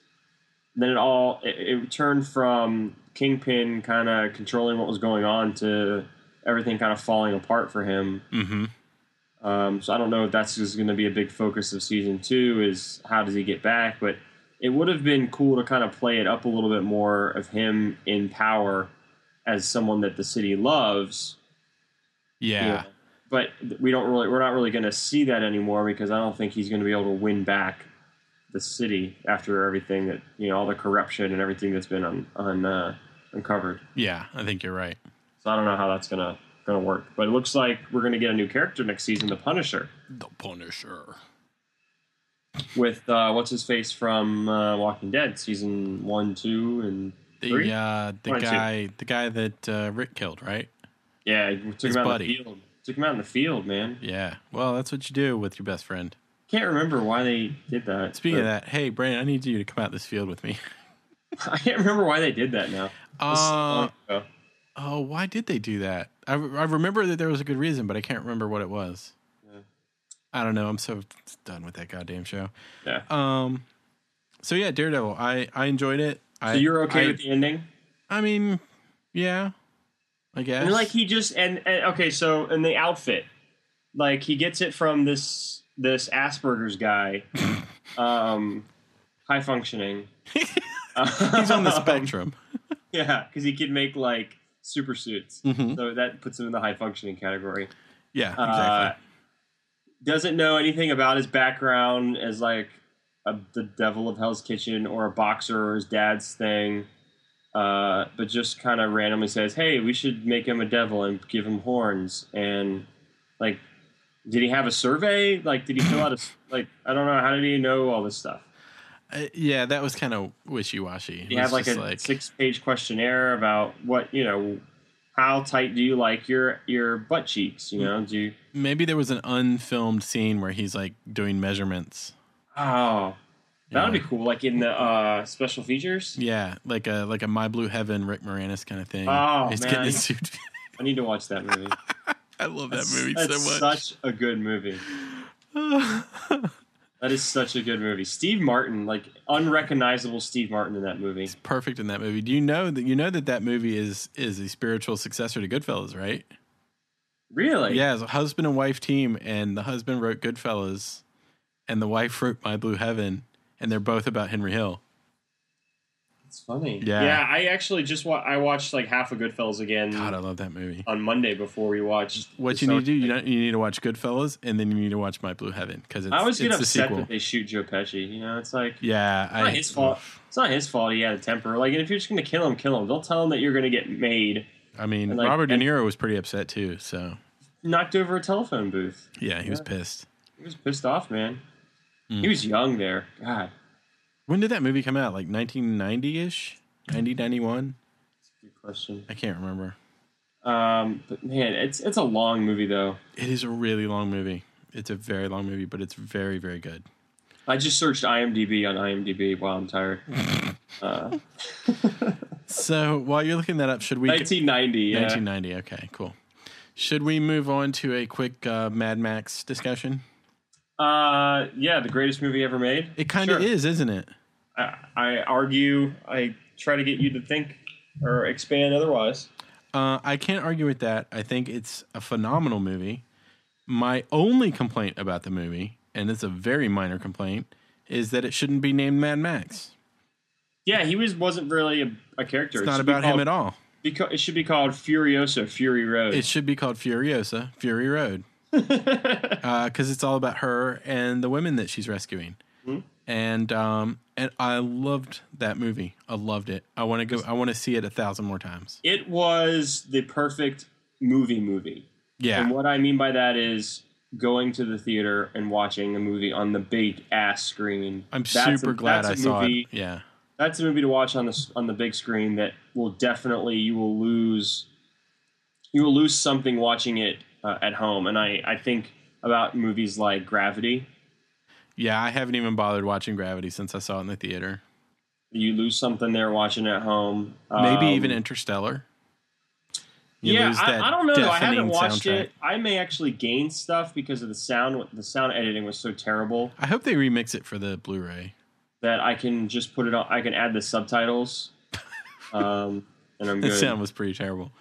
S2: Then it all it, it turned from Kingpin kind of controlling what was going on to everything kind of falling apart for him.
S1: Mhm.
S2: Um, so I don't know if that's just going to be a big focus of season two is how does he get back, but it would have been cool to kind of play it up a little bit more of him in power as someone that the city loves.
S1: Yeah.
S2: you know. But we don't really, we're not really going to see that anymore because I don't think he's going to be able to win back the city after everything that you know, all the corruption and everything that's been un, un, uh, uncovered.
S1: yeah, I think you're right.
S2: So I don't know how that's gonna gonna work. But it looks like we're going to get a new character next season, the Punisher.
S1: The Punisher.
S2: with uh, what's his face from uh, Walking Dead season one, two, and three.
S1: The uh, the
S2: One and two.
S1: guy the guy that uh, Rick killed, right?
S2: yeah, we took
S1: his
S2: him out in
S1: buddy.
S2: the field. Took him out in the field, man.
S1: Yeah. Well, that's what you do with your best friend.
S2: Can't remember why they did that.
S1: Speaking of
S2: but-
S1: that, hey Brandon, I need you to come out this field with me.
S2: I can't remember why they did that. Now, This is so
S1: Uh,
S2: long ago.
S1: Oh, why did they do that? I, I remember that there was a good reason, but I can't remember what it was. I don't know. I'm so done with that goddamn show.
S2: yeah.
S1: Um, so yeah, Daredevil. I I enjoyed it. I,
S2: so you're okay
S1: I,
S2: with the ending?
S1: I mean, yeah, I guess.
S2: And like he just and, and okay, so and the outfit, like he gets it from this this Asperger's guy, um, high functioning.
S1: he's on the spectrum.
S2: Yeah, because he could make like super suits, so that puts him in the high functioning category.
S1: Mm-hmm. Yeah,
S2: Uh,
S1: exactly.
S2: doesn't know anything about his background as like a, the devil of Hell's Kitchen or a boxer or his dad's thing, uh, but just kind of randomly says, "Hey, we should make him a devil and give him horns." And like, did he have a survey? Like, did he fill out a s- like? I don't know. How did he know all this stuff?
S1: Uh, yeah, that was kind of wishy washy.
S2: you have like a six page questionnaire about what you know how tight do you like your your butt cheeks you know do you
S1: maybe there was an unfilmed scene where he's like doing measurements.
S2: oh that would
S1: Yeah.
S2: be cool like in the uh special features
S1: Yeah, like a like a My Blue Heaven Rick Moranis kind of thing.
S2: Oh,
S1: he's
S2: man.
S1: getting his suit.
S2: i need to watch that movie
S1: I love that
S2: That's-
S1: movie
S2: that's
S1: so much.
S2: such a good movie that is such a good movie steve martin like unrecognizable steve martin in that movie
S1: Perfect in that movie. Do you know that you know that that movie is is a spiritual successor to Goodfellas, right?
S2: really
S1: Yeah, it's a husband and wife team, and the husband wrote Goodfellas, and the wife wrote My Blue Heaven, and they're both about Henry Hill.
S2: it's funny
S1: Yeah.
S2: yeah i actually just wa- i watched like half of goodfellas again
S1: God, I love that movie.
S2: on monday before we watched
S1: What
S2: the
S1: you need to
S2: Star-
S1: do, you, don't, you need to watch Goodfellas, and then you need to watch My Blue Heaven because it's,
S2: i always get
S1: it's the
S2: upset
S1: sequel.
S2: that they shoot joe pesci you know it's like
S1: yeah,
S2: It's not his fault. It's not his fault. He had a temper. Like, and if you're just gonna kill him, kill him. They'll tell him that you're gonna get made
S1: I mean,
S2: And, like,
S1: Robert De
S2: and-
S1: Niro was pretty upset too. So
S2: knocked over a telephone booth.
S1: yeah, he was pissed.
S2: He was pissed off, man.
S1: Hmm.
S2: He was young there. God,
S1: When did that movie come out? Like 1990 ish, 90, 91?
S2: good question.
S1: I can't remember.
S2: Um, but man, it's it's a long movie though.
S1: It is a really long movie. It's a very long movie, but it's very, very good.
S2: I just searched IMDb on IMDb while I'm tired.
S1: So while you're looking that up, should we?
S2: 1990. Yeah.
S1: 1990. Okay, cool. Should we move on to a quick uh, Mad Max discussion?
S2: Uh, yeah, the greatest movie ever made.
S1: It kind of
S2: Sure.
S1: is, isn't it?
S2: I, I argue. I try to get you to think or expand otherwise.
S1: Uh, I can't argue with that. I think it's a phenomenal movie. My only complaint about the movie, and it's a very minor complaint, is that it shouldn't be named Mad Max.
S2: Yeah, he was wasn't really a, a character.
S1: It's not about him at all.
S2: Beca- it should be called Furiosa Fury Road.
S1: It should be called Furiosa Fury Road because it's all about her and the women that she's rescuing.
S2: Hmm?
S1: And um, and I loved that movie. I loved it. I want to go. I want to see it a thousand more times.
S2: it was the perfect movie movie. And
S1: Yeah,
S2: what I mean by that is going to the theater and watching a movie on the big ass screen.
S1: I'm
S2: That's a-
S1: super glad I
S2: that's a
S1: saw
S2: movie-
S1: it. Yeah,
S2: That's a movie to watch on the s- on the big screen that will definitely you will lose you will lose something watching it uh, at home. And I I think about movies like Gravity.
S1: yeah. I haven't even bothered watching Gravity since I saw it in the theater.
S2: You lose something there watching at home.
S1: Maybe
S2: Um,
S1: even Interstellar. You
S2: yeah,
S1: lose that
S2: I, I don't know. though. I haven't
S1: deafening
S2: watched
S1: soundtrack.
S2: it. I may actually gain stuff because of the sound. The sound editing was so terrible
S1: I hope they remix it for the Blu-ray.
S2: that I can just put it on. I can add the subtitles, um, and I'm
S1: That
S2: good.
S1: sound was pretty terrible.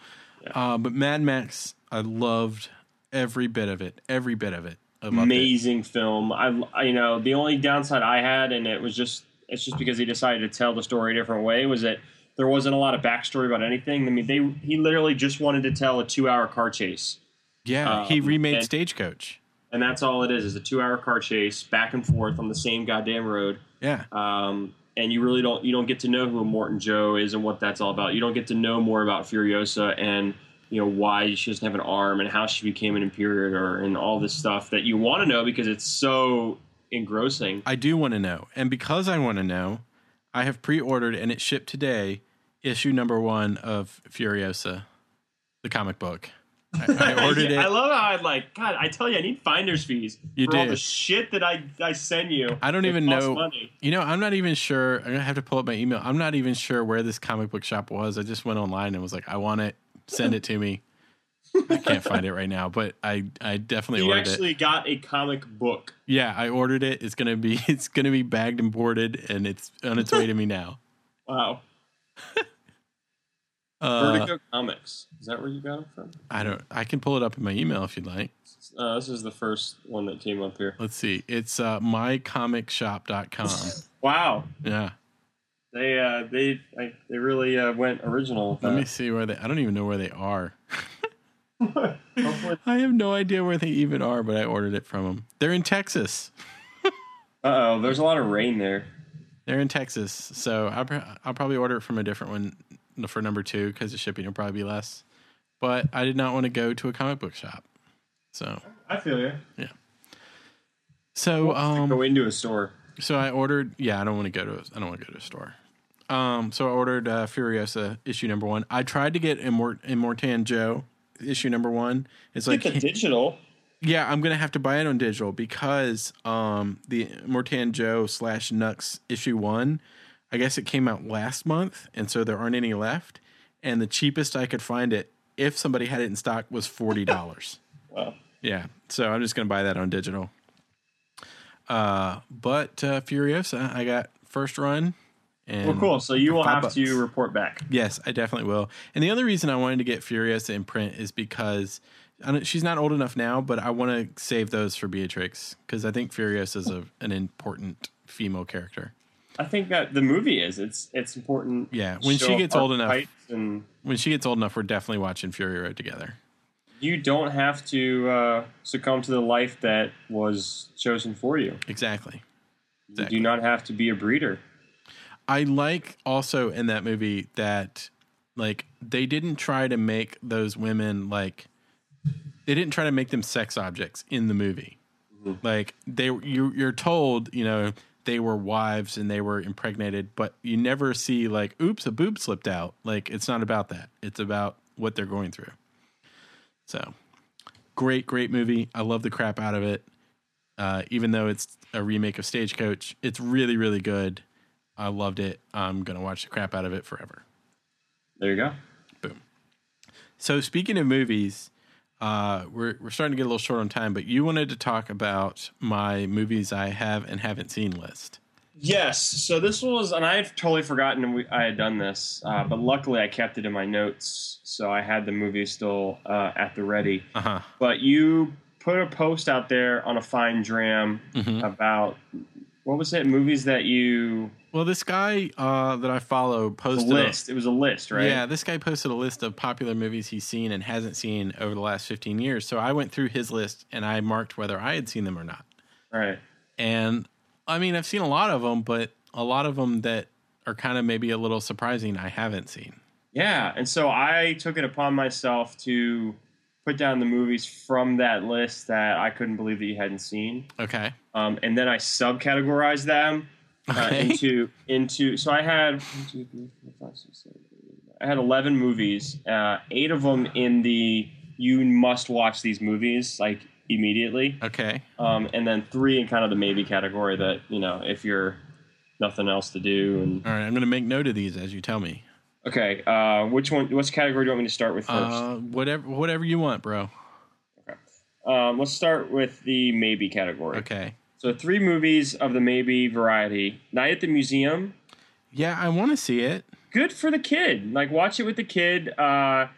S1: Uh, but Mad Max, I loved every bit of it. Every bit of it. I loved it.
S2: Amazing film. I, I- you know, the only downside I had, and it was just, it's just because he decided to tell the story a different way, was that there wasn't a lot of backstory about anything. I mean, they he literally just wanted to tell a two-hour car chase.
S1: Yeah, he
S2: Um,
S1: remade
S2: and-
S1: Stagecoach.
S2: And that's all it is, is a two-hour car chase back and forth on the same goddamn road.
S1: Yeah,
S2: um, and you really don't you don't get to know who a Morton Joe is and what that's all about. You don't get to know more about Furiosa and you know why she doesn't have an arm and how she became an Imperator and all this stuff that you want to know because it's so engrossing.
S1: I do want to know, and because I want to know, I have pre-ordered and it shipped today. Issue number one of Furiosa, the comic book. I, I ordered
S2: I
S1: it.
S2: love how I like God. I tell you, I need finder's fees
S1: You
S2: for all
S1: did.
S2: the shit that I I send you.
S1: I don't
S2: It
S1: even
S2: costs
S1: know.
S2: Money.
S1: You know, I'm not even sure. I'm gonna have to pull up my email. I'm not even sure where this comic book shop was. I just went online and was like, "I want it. Send it to me." I can't find it right now, but I I definitely
S2: You
S1: ordered it.
S2: actually got a comic book.
S1: Yeah, I ordered it. It's gonna be it's gonna be bagged and boarded, and it's on its way to me now.
S2: Wow,
S1: Uh,
S2: Vertigo Comics. Is that where you got it from?
S1: I don't. I can pull it up in my email if you'd like.
S2: Uh, this is the first one that came up here.
S1: Let's see. It's uh, mycomicshop.com.
S2: Wow,
S1: yeah.
S2: They uh, they like, they really uh, went original. With
S1: Let me
S2: that.
S1: see where they. I don't even know where they are.
S2: Hopefully-
S1: I have no idea where they even are, but I ordered it from them. They're in Texas.
S2: Uh-oh, there's a lot of rain there.
S1: They're in Texas, so I'll, pr- I'll probably order it from a different one for number two because the shipping will probably be less. But I did not want to go to a comic book shop, so
S2: I feel you.
S1: so um,
S2: Go into a store.
S1: So I ordered. Yeah, I don't want to go to. a- I don't want to go to a store. Um, so I ordered uh, Furiosa issue number one. I tried to get Immort- Immortan Joe issue number one. It's like
S2: Get the digital.
S1: yeah, I'm gonna have to buy it on digital because um the Mortan Joe slash Nux issue one, I guess it came out last month, and so there aren't any left. And the cheapest I could find it, if somebody had it in stock, was forty dollars.
S2: Wow.
S1: Yeah, so I'm just gonna buy that on digital. Uh, but uh, Furiosa, I got first run. And
S2: Well, cool. So you will
S1: five
S2: have
S1: bucks.
S2: to report back.
S1: Yes, I definitely will. And the other reason I wanted to get Furiosa in print is because I don't, she's not old enough now, but I want to save those for Beatrix because I think Furiosa is a, an important female character.
S2: I think that the movie is. It's it's important.
S1: Yeah, when
S2: to
S1: she
S2: show
S1: gets
S2: our
S1: old enough.
S2: fights and
S1: When she gets old enough, we're definitely watching Fury Road together.
S2: you don't have to uh, succumb to the life that was chosen for you.
S1: Exactly.
S2: You
S1: Exactly.
S2: do not have to be a breeder.
S1: I like also in that movie that like they didn't try to make those women like they didn't try to make them sex objects in the movie. Like they you you're told, you know, they were wives and they were impregnated, but you never see like oops, a boob slipped out. Like it's not about that. It's about what they're going through. So, great great movie. I love the crap out of it. Uh, even though it's a remake of Stagecoach, it's really really good. I loved it. I'm gonna watch the crap out of it forever.
S2: There you go.
S1: Boom. So speaking of movies, uh, we're we're starting to get a little short on time, but you wanted to talk about my movies I have and haven't seen list.
S2: Yes. So this was, and I had totally forgotten we, I had done this, uh, but luckily I kept it in my notes, so I had the movie still uh, at the ready.
S1: Uh huh.
S2: But you put a post out there on a fine dram
S1: Mhm.
S2: about what was it? Movies that you
S1: Well, this guy uh, that I follow
S2: the
S1: posted a-
S2: list. It was a list, right?
S1: Yeah, this guy posted a list of popular movies he's seen and hasn't seen over the last 15 years. So I went through his list and I marked whether I had seen them or not.
S2: All right.
S1: And I mean, I've seen a lot of them, but a lot of them that are kind of maybe a little surprising I haven't seen.
S2: Yeah, and so I took it upon myself to put down the movies from that list that I couldn't believe that you hadn't seen,
S1: Okay.
S2: um, and then I subcategorized them uh,
S1: Okay.
S2: into into. So I had one, two, three, four, five, six, seven, eight, nine. I had eleven movies, uh, eight of them in the you must watch these movies like immediately,
S1: Okay.
S2: um, and then three in kind of the maybe category that you know if you're nothing else to do and
S1: All right. I'm going to make note of these as you tell me.
S2: okay uh, which one which category do you want me to start with first
S1: Uh, whatever, whatever you want, bro.
S2: Um, let's start with the maybe category.
S1: Okay.
S2: So three movies of the maybe variety. Night at the Museum.
S1: Yeah, I want to see it.
S2: Good for the kid. Like watch it with the kid. Uh,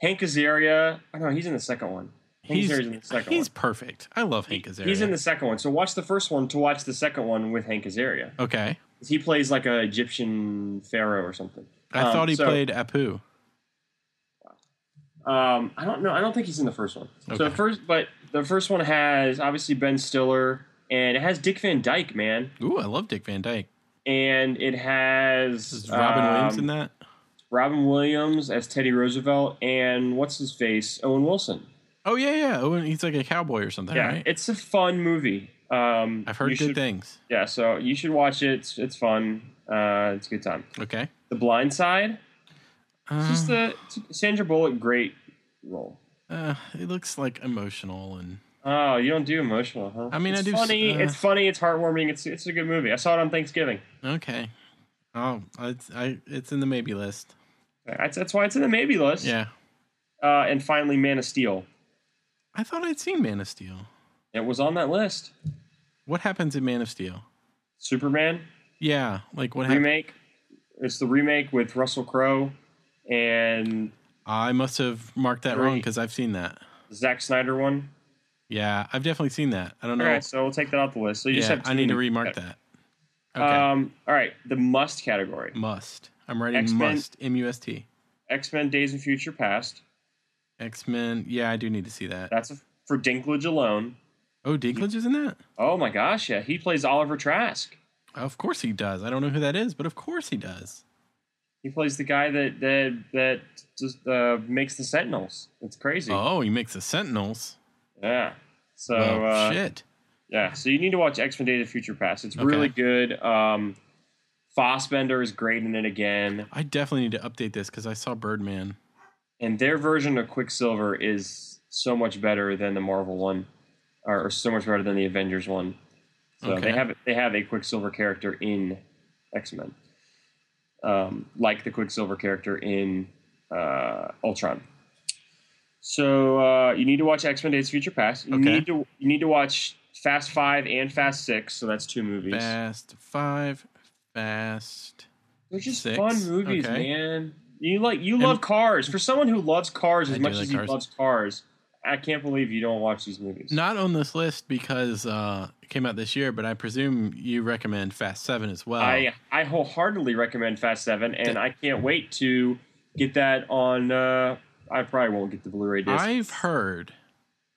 S2: Hank Azaria. Oh no, he's in the second one. Hank
S1: He's,
S2: Azaria's in the second
S1: he's
S2: one.
S1: perfect. I love Hank Azaria.
S2: He's in the second one. So watch the first one to watch the second one with Hank Azaria.
S1: Okay.
S2: He plays like a Egyptian pharaoh or something.
S1: I
S2: Um,
S1: thought he
S2: so-
S1: played Apu.
S2: Um, I don't know. I don't think he's in the first one. So the
S1: Okay.
S2: first, but the first one has obviously Ben Stiller and it has Dick Van Dyke, man.
S1: Ooh, I love Dick Van Dyke.
S2: and it has
S1: Is Robin Williams
S2: um,
S1: in that?
S2: Robin Williams as Teddy Roosevelt and what's his face Owen Wilson.
S1: Oh yeah, yeah. Oh, and he's like a cowboy or something,
S2: yeah,
S1: right?
S2: it's a fun movie. Um,
S1: I've heard
S2: you
S1: good
S2: should-
S1: things.
S2: Yeah, so you should watch it. It's, it's fun. Uh, it's a good time.
S1: Okay.
S2: The Blind Side. It's
S1: Uh,
S2: just the it's Sandra Bullock great role.
S1: uh, it looks like emotional and
S2: Oh, you don't do emotional, huh?
S1: I mean,
S2: it's
S1: I do s-
S2: Funny.
S1: uh,
S2: it's funny. It's heartwarming. It's it's a good movie. I saw it on Thanksgiving.
S1: okay. Oh, it's I it's in the maybe list.
S2: That's, that's why it's in the maybe list.
S1: Yeah.
S2: Uh, and finally, Man of Steel.
S1: I thought I'd seen Man of Steel.
S2: It was on that list.
S1: What happens in Man of Steel?
S2: Superman.
S1: Yeah, like what happened?
S2: remake. It's the remake with Russell Crowe and
S1: I must have marked that wrong
S2: Three.
S1: because I've seen that.
S2: Zack Snyder one.
S1: Yeah, I've definitely seen that. I don't know.
S2: All right, so we'll take that off the list. So you just
S1: yeah,
S2: have
S1: I need to remark that. Okay.
S2: Um, all right, the must category:
S1: must. I'm writing
S2: X-Men.
S1: must. M U S T.
S2: X Men: Days of Future Past.
S1: X Men. Yeah, I do need to see that.
S2: That's a, for Dinklage alone.
S1: Oh, Dinklage is in that.
S2: Oh my gosh, yeah, he plays Oliver Trask.
S1: Of course he does. I don't know who that is, but of course he does.
S2: He plays the guy that that that just uh, makes the Sentinels. It's crazy.
S1: Oh, he makes the Sentinels.
S2: Yeah. So
S1: Oh
S2: uh,
S1: shit.
S2: Yeah, so you need to watch X Men: Days of Future Past. It's
S1: Okay.
S2: really good. Um, Fossbender is great in it again,
S1: I definitely need to update this because I saw Birdman.
S2: and their version of Quicksilver is so much better than the Marvel one, or, or so much better than the Avengers one. So
S1: Okay.
S2: they have they have a Quicksilver character in X Men, um, like the Quicksilver character in uh, Ultron. So uh, you need to watch X Men: Days of Future Past. You
S1: Okay.
S2: need to you need to watch Fast Five and Fast Six. So that's two movies.
S1: Fast Five, Fast.
S2: They're just
S1: Six.
S2: fun movies,
S1: Okay.
S2: man. You like you love cars. For someone who loves cars
S1: I
S2: as
S1: do
S2: much
S1: like
S2: as he
S1: cars.
S2: loves cars, I can't believe you don't watch these movies.
S1: Not on this list because uh, it came out this year, but I presume you recommend Fast Seven as well.
S2: I I wholeheartedly recommend Fast Seven, and I can't wait to get that on. Uh, I probably won't get the Blu-ray disc.
S1: I've heard,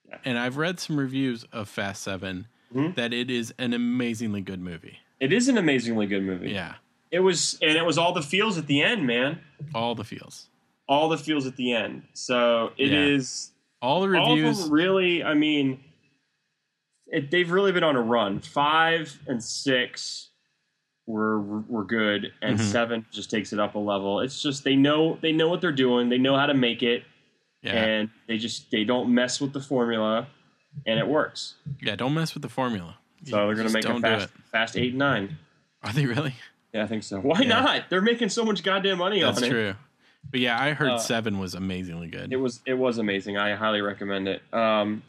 S2: Yeah.
S1: and I've read some reviews of Fast 7
S2: Mhm.
S1: that it is an amazingly good movie.
S2: it is an amazingly good movie.
S1: Yeah,
S2: It was, and it was all the feels at the end, man.
S1: all the feels,
S2: All the feels at the end. So it is.
S1: Yeah. all the
S2: All of
S1: reviews.
S2: them really, I mean, it, they've really been on a run. Five and six were were good, and
S1: Mhm.
S2: seven just takes it up a level. It's just they know they know what they're doing. They know how to make it,
S1: yeah,
S2: and they just they don't mess with the formula, and it works.
S1: yeah. Don't mess with the formula.
S2: So they're going to
S1: Just
S2: make a
S1: don't do
S2: fast
S1: it.
S2: fast eight and nine.
S1: Are they really?
S2: Yeah, I think so. Why
S1: Yeah.
S2: not? They're making so much goddamn money
S1: That's
S2: on it.
S1: true. But yeah, I heard
S2: Uh,
S1: Seven was amazingly good.
S2: It was it was amazing. I highly recommend it. Um,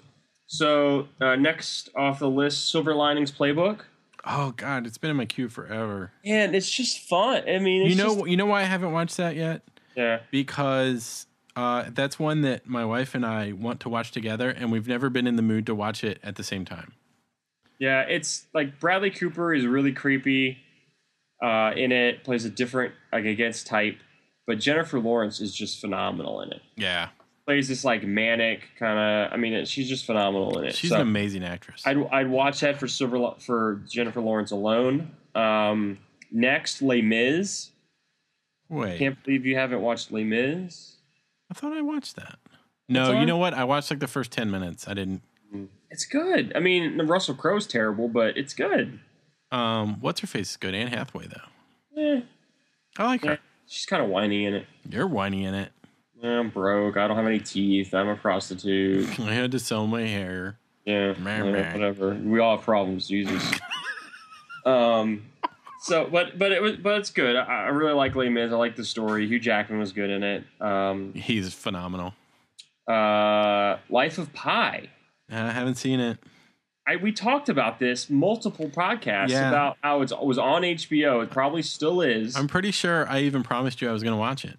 S2: so uh, next off the list, Silver Linings Playbook.
S1: oh God, it's been in my queue forever.
S2: Man, it's just fun. I mean, it's
S1: you know,
S2: just-
S1: you know why I haven't watched that yet?
S2: yeah,
S1: Because uh, that's one that my wife and I want to watch together, and we've never been in the mood to watch it at the same time.
S2: yeah. It's like Bradley Cooper is really creepy uh, in it. Plays a different like against type, but Jennifer Lawrence is just phenomenal in it.
S1: Yeah,
S2: Plays this like manic kind of. I mean, it, she's just phenomenal in it.
S1: she's
S2: So
S1: an amazing actress.
S2: I'd I'd watch that for Silver Lo- for Jennifer Lawrence alone. Um, next, Les Mis.
S1: Wait,
S2: Can't believe you haven't watched Les Mis.
S1: I thought I watched that. No,
S2: on?
S1: you know what? I watched like the first ten minutes. I didn't.
S2: It's good. I mean, Russell Crowe's terrible, but it's good.
S1: Um, what's her face is good. Anne Hathaway though.
S2: Eh,
S1: I like
S2: yeah.
S1: her.
S2: She's kind of whiny in it.
S1: You're whiny in it.
S2: I'm broke. I don't have any teeth. I'm a prostitute.
S1: I had to sell my hair.
S2: Yeah,
S1: Meh,
S2: uh,
S1: meh.
S2: whatever. We all have problems, Jesus. um, so, but but it was but it's good. I, I really like Les Mis. I like the story. Hugh Jackman was good in it. Um,
S1: He's phenomenal.
S2: uh, Life of Pi.
S1: I haven't seen it.
S2: I, we talked about this multiple podcasts
S1: Yeah.
S2: about how it's, it was on HBO. It probably still is.
S1: I'm pretty sure I even promised you I was going to watch it.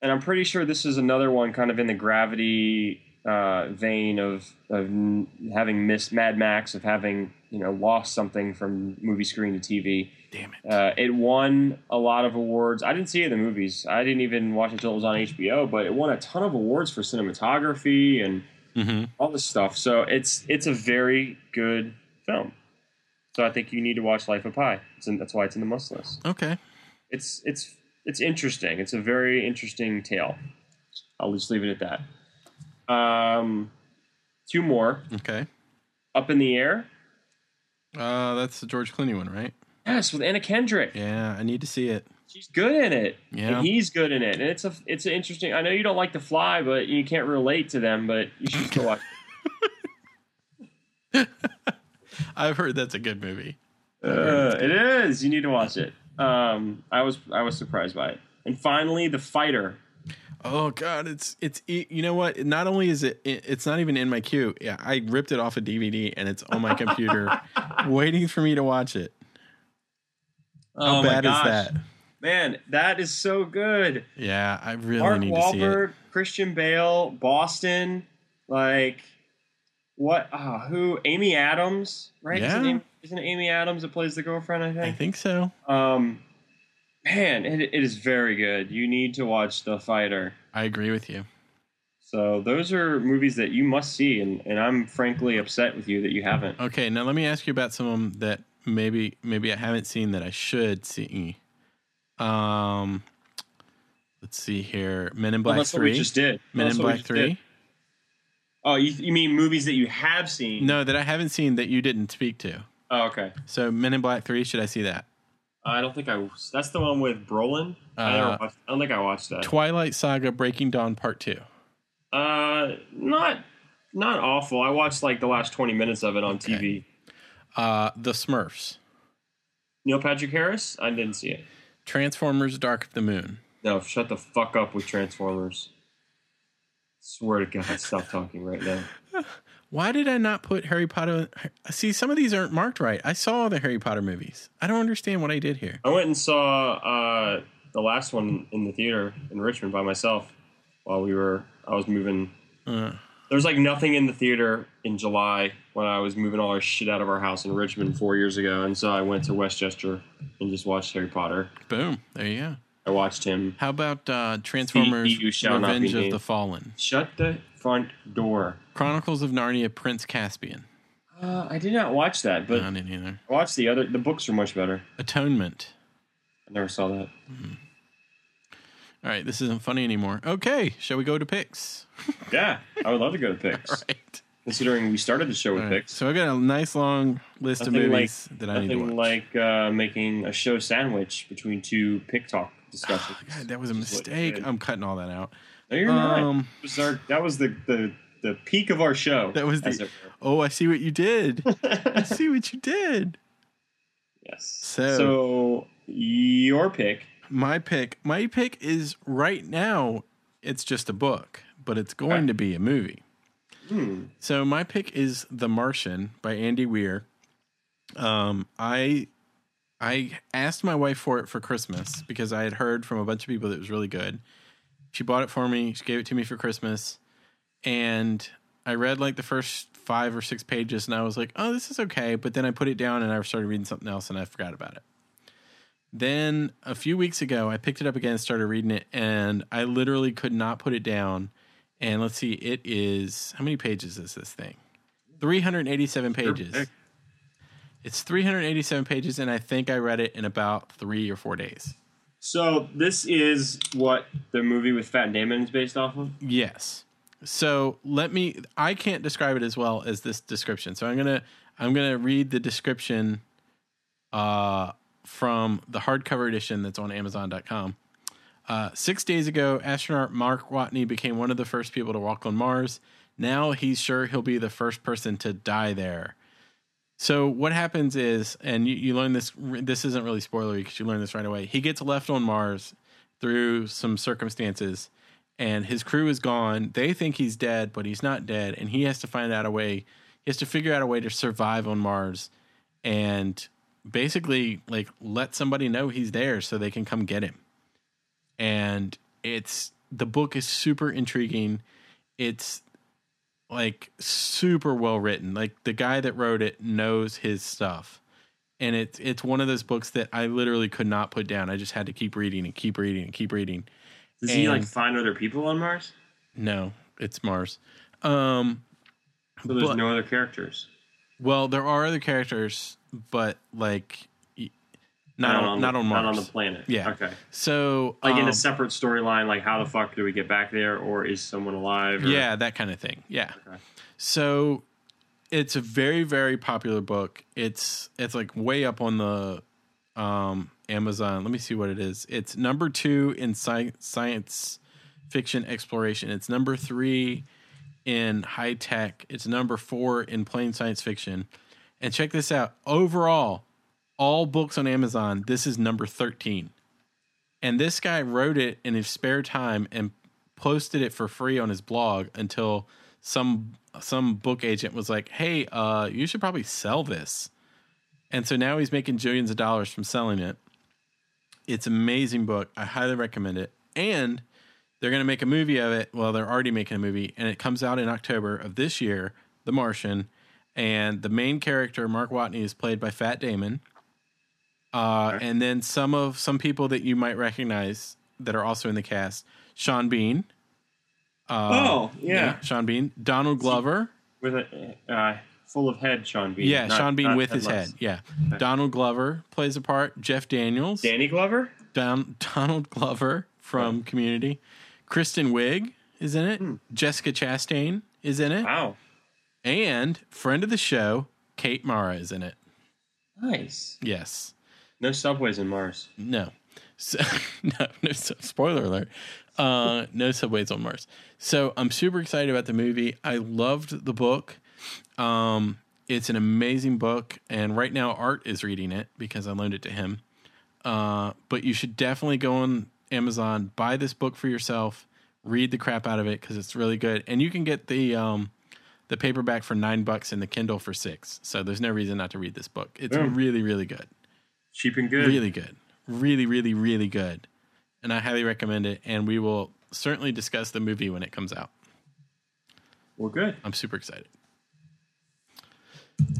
S2: and I'm pretty sure this is another one kind of in the gravity uh, vein of of n- having missed Mad Max, of having you know lost something from movie screen to TV.
S1: Damn it.
S2: Uh, it won a lot of awards. I didn't see it in the movies. I didn't even watch it until it was on HBO. But it won a ton of awards for cinematography and
S1: Mhm.
S2: all this stuff. So it's it's a very good film. So I think you need to watch Life of Pi. It's in, that's why it's in the must list
S1: Okay.
S2: it's it's it's interesting. It's a very interesting tale. I'll just leave it at that. Um, two more
S1: Okay.
S2: up in the air.
S1: Uh, that's the George Clooney one, right?
S2: Yes, with Anna Kendrick.
S1: Yeah, I need to see it.
S2: She's good in it.
S1: Yeah.
S2: and he's good in it. And it's a it's an interesting. I know you don't like The Fly, but you can't relate to them. But you should still watch.
S1: I've heard that's a good movie.
S2: it. Uh, it is. You need to watch it. Um, I was I was surprised by it. And finally, The Fighter.
S1: Oh God, it's it's e- you know what? Not only is it it- it's not even in my queue. Yeah, I ripped it off a DVD and it's on my computer, waiting for me to watch it. How
S2: oh my
S1: bad is
S2: gosh.
S1: that?
S2: Man, that is so good.
S1: Yeah, I really
S2: Mark
S1: need to see it.
S2: Wahlberg, Christian Bale, Boston, like what? ah, who? Amy Adams, right?
S1: Yeah.
S2: Isn't, Amy, isn't it Amy Adams that plays the girlfriend? I
S1: I
S2: think.
S1: think so.
S2: Um, man, it, it is very good. You need to watch The Fighter.
S1: I agree with you.
S2: So those are movies that you must see, and, and I'm frankly upset with you that you haven't.
S1: Okay, now let me ask you about some of 'em that maybe maybe I haven't seen that I should see. Um, let's see here, Men in
S2: Well,
S1: Black
S2: that's what we
S1: Three,
S2: just did.
S1: Men
S2: That's
S1: in
S2: what we
S1: Black
S2: just did.
S1: Three,
S2: Oh, you, you mean movies that you have seen?
S1: No, that I haven't seen that you didn't speak to.
S2: Oh, okay.
S1: So Men in Black Three, should I see that?
S2: I don't think I. That's the one with Brolin. I,
S1: Uh,
S2: never watched, I don't think I watched that.
S1: Twilight Saga: Breaking Dawn Part Two.
S2: uh, not not awful. I watched like the last twenty minutes of it on
S1: Okay.
S2: TV.
S1: Uh, the Smurfs.
S2: Neil Patrick Harris. I didn't see it.
S1: Transformers: Dark of the Moon.
S2: No, shut the fuck up with Transformers. Swear to God, stop talking right now.
S1: Why did I not put Harry Potter? See, some of these aren't marked right. I saw all the Harry Potter movies. I don't understand what I did here.
S2: I went and saw uh, the last one in the theater in Richmond by myself while we were. I was moving.
S1: Uh,
S2: There was like nothing in the theater in July when I was moving all our shit out of our house in Richmond four years ago, and so I went to Westchester and just watched Harry Potter.
S1: boom. There you go.
S2: I watched him.
S1: How about uh, Transformers:
S2: you shall not be
S1: Revenge of
S2: named.
S1: the Fallen?
S2: Shut the front door.
S1: Chronicles of Narnia: Prince Caspian.
S2: Uh, I did not watch that, but
S1: I didn't either.
S2: I watched the other. The books are much better.
S1: Atonement.
S2: I never saw that.
S1: All right, this isn't funny anymore. Okay, shall we go to picks?
S2: Yeah, I would love to go to picks.
S1: Right.
S2: Considering we started the show with
S1: All right,
S2: picks,
S1: So I got a nice long list of
S2: Nothing
S1: movies that I need to watch.
S2: nothing like uh, making a show sandwich between two pick talk discussions.
S1: Oh, God, that was a
S2: Which is what you
S1: mistake.
S2: did.
S1: I'm cutting all that out.
S2: no, you're not.
S1: um,
S2: It was our- that was the, the the peak of our show.
S1: That was
S2: as
S1: the.
S2: it
S1: Oh, I see what you did. I
S2: were.
S1: see what you did.
S2: yes.
S1: So-
S2: so your pick.
S1: My pick. My pick is right now. It's just a book, but it's going
S2: Okay.
S1: to be a movie.
S2: Hmm.
S1: So my pick is The Martian by Andy Weir. Um, I I asked my wife for it for Christmas because I had heard from a bunch of people that it was really good. She bought it for me. She gave it to me for Christmas, and I read like the first five or six pages, and I was like, "Oh, this is okay." But then I put it down and I started reading something else, and I forgot about it. Then a few weeks ago, I picked it up again and started reading it, and I literally could not put it down. And let's see, it is how many pages is this thing? 387 pages.
S2: pick.
S1: It's 387 pages, and I think I read it in about three or four days.
S2: So this is what the movie with Fat Damon is based off of.
S1: Yes. So let me. I can't describe it as well as this description. So I'm gonna I'm gonna read the description uh, from the hardcover edition that's on Amazon.com. Uh, six days ago, astronaut Mark Watney became one of the first people to walk on Mars. Now he's sure he'll be the first person to die there. So what happens is, and you, you learn this. This isn't really spoilery because you learn this right away. He gets left on Mars through some circumstances, and his crew is gone. They think he's dead, but he's not dead, and he has to find out a way. He has to figure out a way to survive on Mars, and basically like let somebody know he's there so they can come get him. And it's the book is super intriguing. It's like super well written. Like the guy that wrote it knows his stuff. And it's it's one of those books that I literally could not put down. I just had to keep reading and keep reading and keep reading.
S2: Does he like
S1: And-
S2: find other people on Mars?
S1: No, it's Mars. Um
S2: So there's
S1: But-
S2: no other characters.
S1: well, there are other characters, but like y- not
S2: Not
S1: on,
S2: on the-
S1: not on Mars.
S2: Not on the planet.
S1: Yeah.
S2: Okay.
S1: So
S2: like in
S1: um,
S2: a separate storyline like how the fuck do we get back there or is someone alive or,
S1: Yeah, that kind of thing. Yeah.
S2: Okay.
S1: So it's a very very popular book. It's it's like way up on the um Amazon. Let me see what it is. It's number 2 in sci- science fiction exploration. It's number 3 in high tech. It's number 4 in plain science fiction. And check this out. Overall, all books on Amazon, this is number 13. And this guy wrote it in his spare time and posted it for free on his blog until some some book agent was like, "Hey, uh, you should probably sell this." And so now he's making jillions of dollars from selling it. It's an amazing book. I highly recommend it. And they're going to make a movie of it. Well, they're already making a movie, and it comes out in October of this year, The Martian. And the main character, Mark Watney, is played by Fat Damon. Uh, And then some of some people that you might recognize that are also in the cast: Sean Bean. Uh,
S2: oh yeah,
S1: Sean Bean, Donald Glover.
S2: with a uh, full of head sean bean
S1: Yeah,
S2: not-
S1: Sean Bean
S2: not
S1: with his head.
S2: headless.
S1: Yeah, Donald Glover plays a part. Jeff Daniels,
S2: danny glover
S1: Don, Donald
S2: Hmm.
S1: Glover from Community. Kristen Wiig is in it. Jessica Chastain is in it,
S2: Wow.
S1: and friend of the show, Kate Mara is in it.
S2: Nice.
S1: Yes.
S2: No subways in Mars.
S1: No. So, no, no, so- spoiler alert. Uh, no subways on Mars. So I'm super excited about the movie. I loved the book. Um, it's an amazing book, and right now Art is reading it because I loaned it to him. Uh, but you should definitely go on Amazon, buy this book for yourself, read the crap out of it because it's really good, and you can get the um, the paperback for nine bucks and the Kindle for six. So there's no reason not to read this book. It's
S2: Yeah.
S1: really, really good
S2: Cheap and good.
S1: really good really really really good and i highly recommend it and we will certainly discuss the movie when it comes out
S2: Well, good.
S1: i'm super excited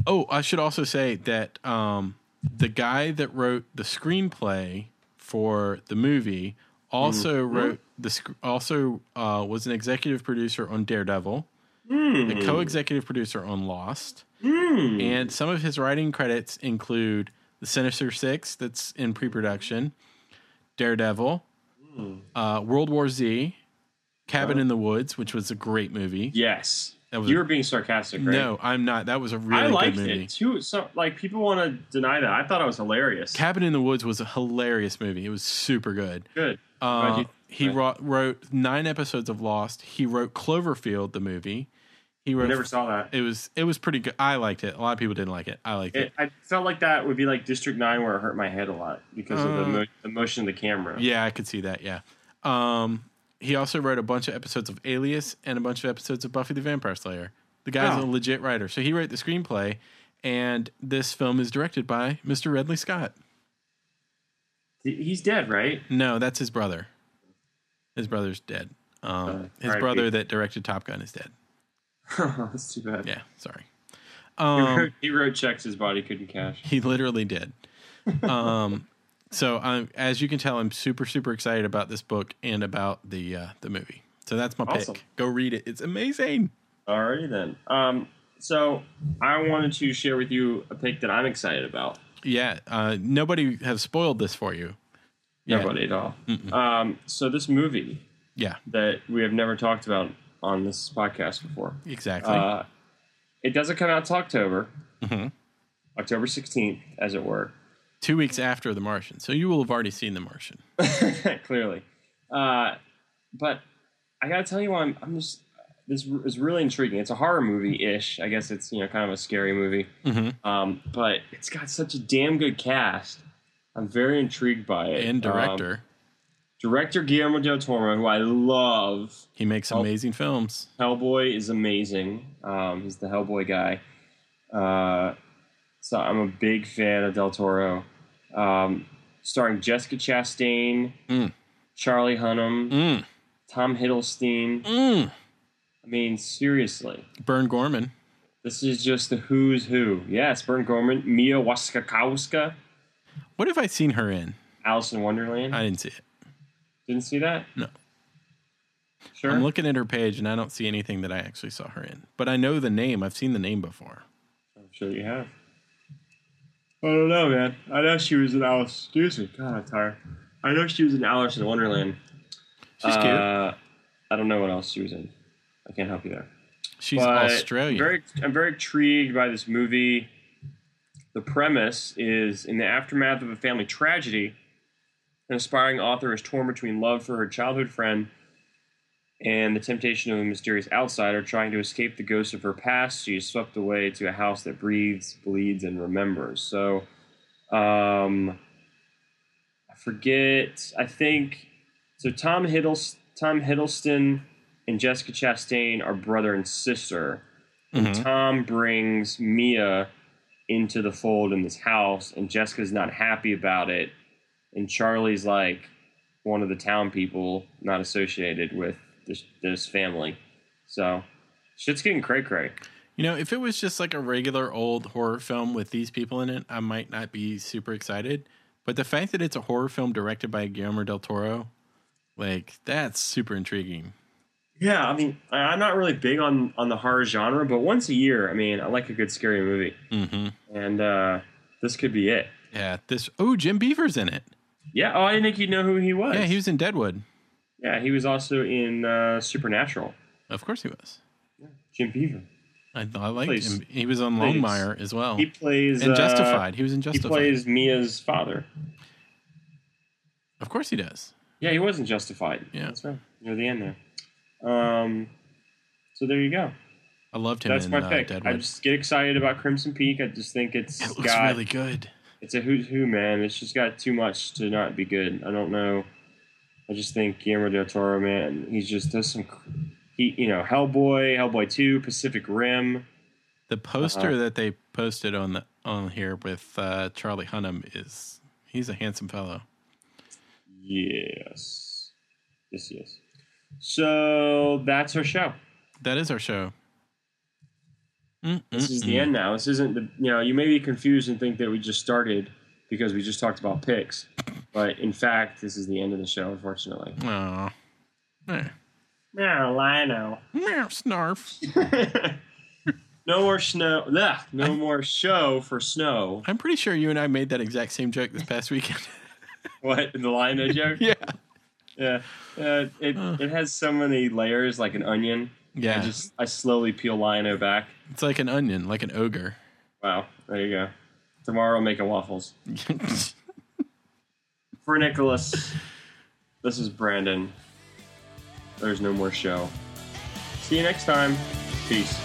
S1: oh i should also say that um, the guy that wrote the screenplay for the movie also wrote the sc- also uh, was an executive producer on daredevil a co-executive producer on lost and some of his writing credits include The Sinister Six, that's in pre production, Daredevil, uh, World War Z, Cabin in the Woods, which was a great movie.
S2: Yes.
S1: That was-
S2: you were being sarcastic, right?
S1: No, I'm not. That was a really
S2: I
S1: good
S2: liked
S1: movie.
S2: it too. So, like, people want to deny that. I thought it was hilarious.
S1: Cabin in the Woods was a hilarious movie. It was super good.
S2: good.
S1: Uh,
S2: Glad you-
S1: he wrote, wrote nine episodes of Lost. He wrote Cloverfield, the movie. He
S2: I
S1: wrote.
S2: never saw that.
S1: it was it was pretty good. I liked it. A lot of people didn't like it. I liked it.
S2: It, I felt like that would be like District Nine, where it hurt my head a lot because of the,
S1: Uh,
S2: mo- the motion of the camera.
S1: Yeah, I could see that. Yeah. Um, he also wrote a bunch of episodes of Alias and a bunch of episodes of Buffy the Vampire Slayer. The guy's
S2: Oh.
S1: a legit writer. So he wrote the screenplay, and this film is directed by Mr. Redley Scott.
S2: He- He's dead, right?
S1: No, that's his brother. His brother's dead. Um,
S2: Uh,
S1: his
S2: RIP.
S1: brother that directed Top Gun is dead.
S2: That's too bad.
S1: Yeah, sorry.
S2: He,
S1: Um,
S2: wrote, he wrote checks his body couldn't cash.
S1: He literally did. Um, so I'm, as you can tell, I'm super super excited about this book and about the uh, the movie. So that's my
S2: Awesome.
S1: pick. Go read it. It's amazing.
S2: Alrighty then. Um, so I wanted to share with you a pick that I'm excited about.
S1: Yeah, uh, nobody has spoiled this for you. Yeah.
S2: Nobody at all. Um, so this movie
S1: Yeah,
S2: that we have never talked about on this podcast before.
S1: exactly.
S2: Uh, it doesn't come out till October,
S1: Mhm.
S2: October 16th, as it were.
S1: Two weeks after The Martian, so you will have already seen The Martian.
S2: clearly. Uh, but I gotta tell you, I'm I'm just this is really intriguing. It's a horror movie ish. I guess it's you know kind of a scary movie,
S1: Mhm.
S2: um, but it's got such a damn good cast. I'm very intrigued by it.
S1: And
S2: Um,
S1: director,
S2: director Guillermo del Toro, who I love.
S1: he makes
S2: oh.
S1: amazing films.
S2: Hellboy is amazing. Um, he's the Hellboy guy. Uh, so I'm a big fan of Del Toro. Um, starring Jessica Chastain,
S1: Mm.
S2: Charlie Hunnam,
S1: Mm,
S2: Tom Hiddleston.
S1: mm.
S2: I mean, seriously,
S1: Bern Gorman.
S2: this is just the who's who. Yes, Bern Gorman, Mia Wasikowska,
S1: What have I seen her in?
S2: Alice in Wonderland.
S1: I didn't see it.
S2: Didn't see that.
S1: No.
S2: Sure.
S1: I'm looking at her page and I don't see anything that I actually saw her in. But I know the name. I've seen the name before.
S2: I'm sure you have. I don't know, man. I know she was in Alice. Excuse me. God, I'm tired. I know she was in Alice in Wonderland.
S1: She's
S2: Uh, I don't know what else she was in. I can't help you there.
S1: cute. She's
S2: But
S1: Australian.
S2: Very, I'm very intrigued by this movie. The premise is in the aftermath of a family tragedy, an aspiring author is torn between love for her childhood friend and the temptation of a mysterious outsider trying to escape the ghosts of her past. She is swept away to a house that breathes, bleeds, and remembers. So, um, I forget. I think so. Tom Hiddleston, Tom Hiddleston, and Jessica Chastain are brother and sister.
S1: Mhm.
S2: Tom brings Mia into the fold in this house, and Jessica's not happy about it. And Charlie's like one of the town people not associated with this this family. So shit's getting cray cray.
S1: You know, if it was just like a regular old horror film with these people in it, I might not be super excited. But the fact that it's a horror film directed by Guillermo del Toro, like that's super intriguing.
S2: Yeah, I mean, I- I'm not really big on on the horror genre, but once a year, I mean, I like a good scary movie,
S1: Mm-hmm.
S2: and uh, this could be it.
S1: Yeah, this. Oh, Jim Beaver's in it.
S2: Yeah. Oh, I didn't think you'd know who he was.
S1: Yeah, he was in Deadwood.
S2: Yeah, he was also in uh, Supernatural.
S1: Of course he was.
S2: Jim Beaver.
S1: I, I liked
S2: Please.
S1: him. He was on
S2: Please.
S1: Longmire as well.
S2: He plays
S1: Oh. and
S2: uh,
S1: Justified. He was in
S2: he
S1: Justified.
S2: plays Mia's father.
S1: of course he does.
S2: Yeah, he wasn't justified.
S1: Yeah.
S2: that's right. Near the end there. Um, so there you go.
S1: I loved him
S2: That's
S1: in
S2: my
S1: uh,
S2: pick. I
S1: Deadwood.
S2: just get excited about Crimson Peak. I just think it's
S1: it looks
S2: got
S1: really good.
S2: it's a who's who, man. It's just got too much to not be good. I don't know. I just think Guillermo del Toro, man, he's just does some. cr- He, you know, Hellboy, Hellboy Two, Pacific Rim.
S1: The poster
S2: Uh-huh.
S1: that they posted on the on here with uh, Charlie Hunnam is he's a handsome fellow.
S2: Yes, yes, yes. So that's our show.
S1: That is our show.
S2: This is the end now. This isn't the you know you may be confused and think that we just started because we just talked about picks, but in fact this is the end of the show. Unfortunately,
S1: Aw. Eh.
S2: no, I know.
S1: Meow, snarf.
S2: no more snow. Ugh, no more show for snow.
S1: I'm pretty sure you and I made that exact same joke this past weekend.
S2: What the Lino joke?
S1: yeah.
S2: Yeah, uh, it it has so many layers like an onion.
S1: Yeah.
S2: I just I slowly peel Lino back.
S1: it's like an onion, like an ogre.
S2: Wow, there you go. Tomorrow making waffles for Nicholas. this is Brandon. There's no more show. See you next time. Peace.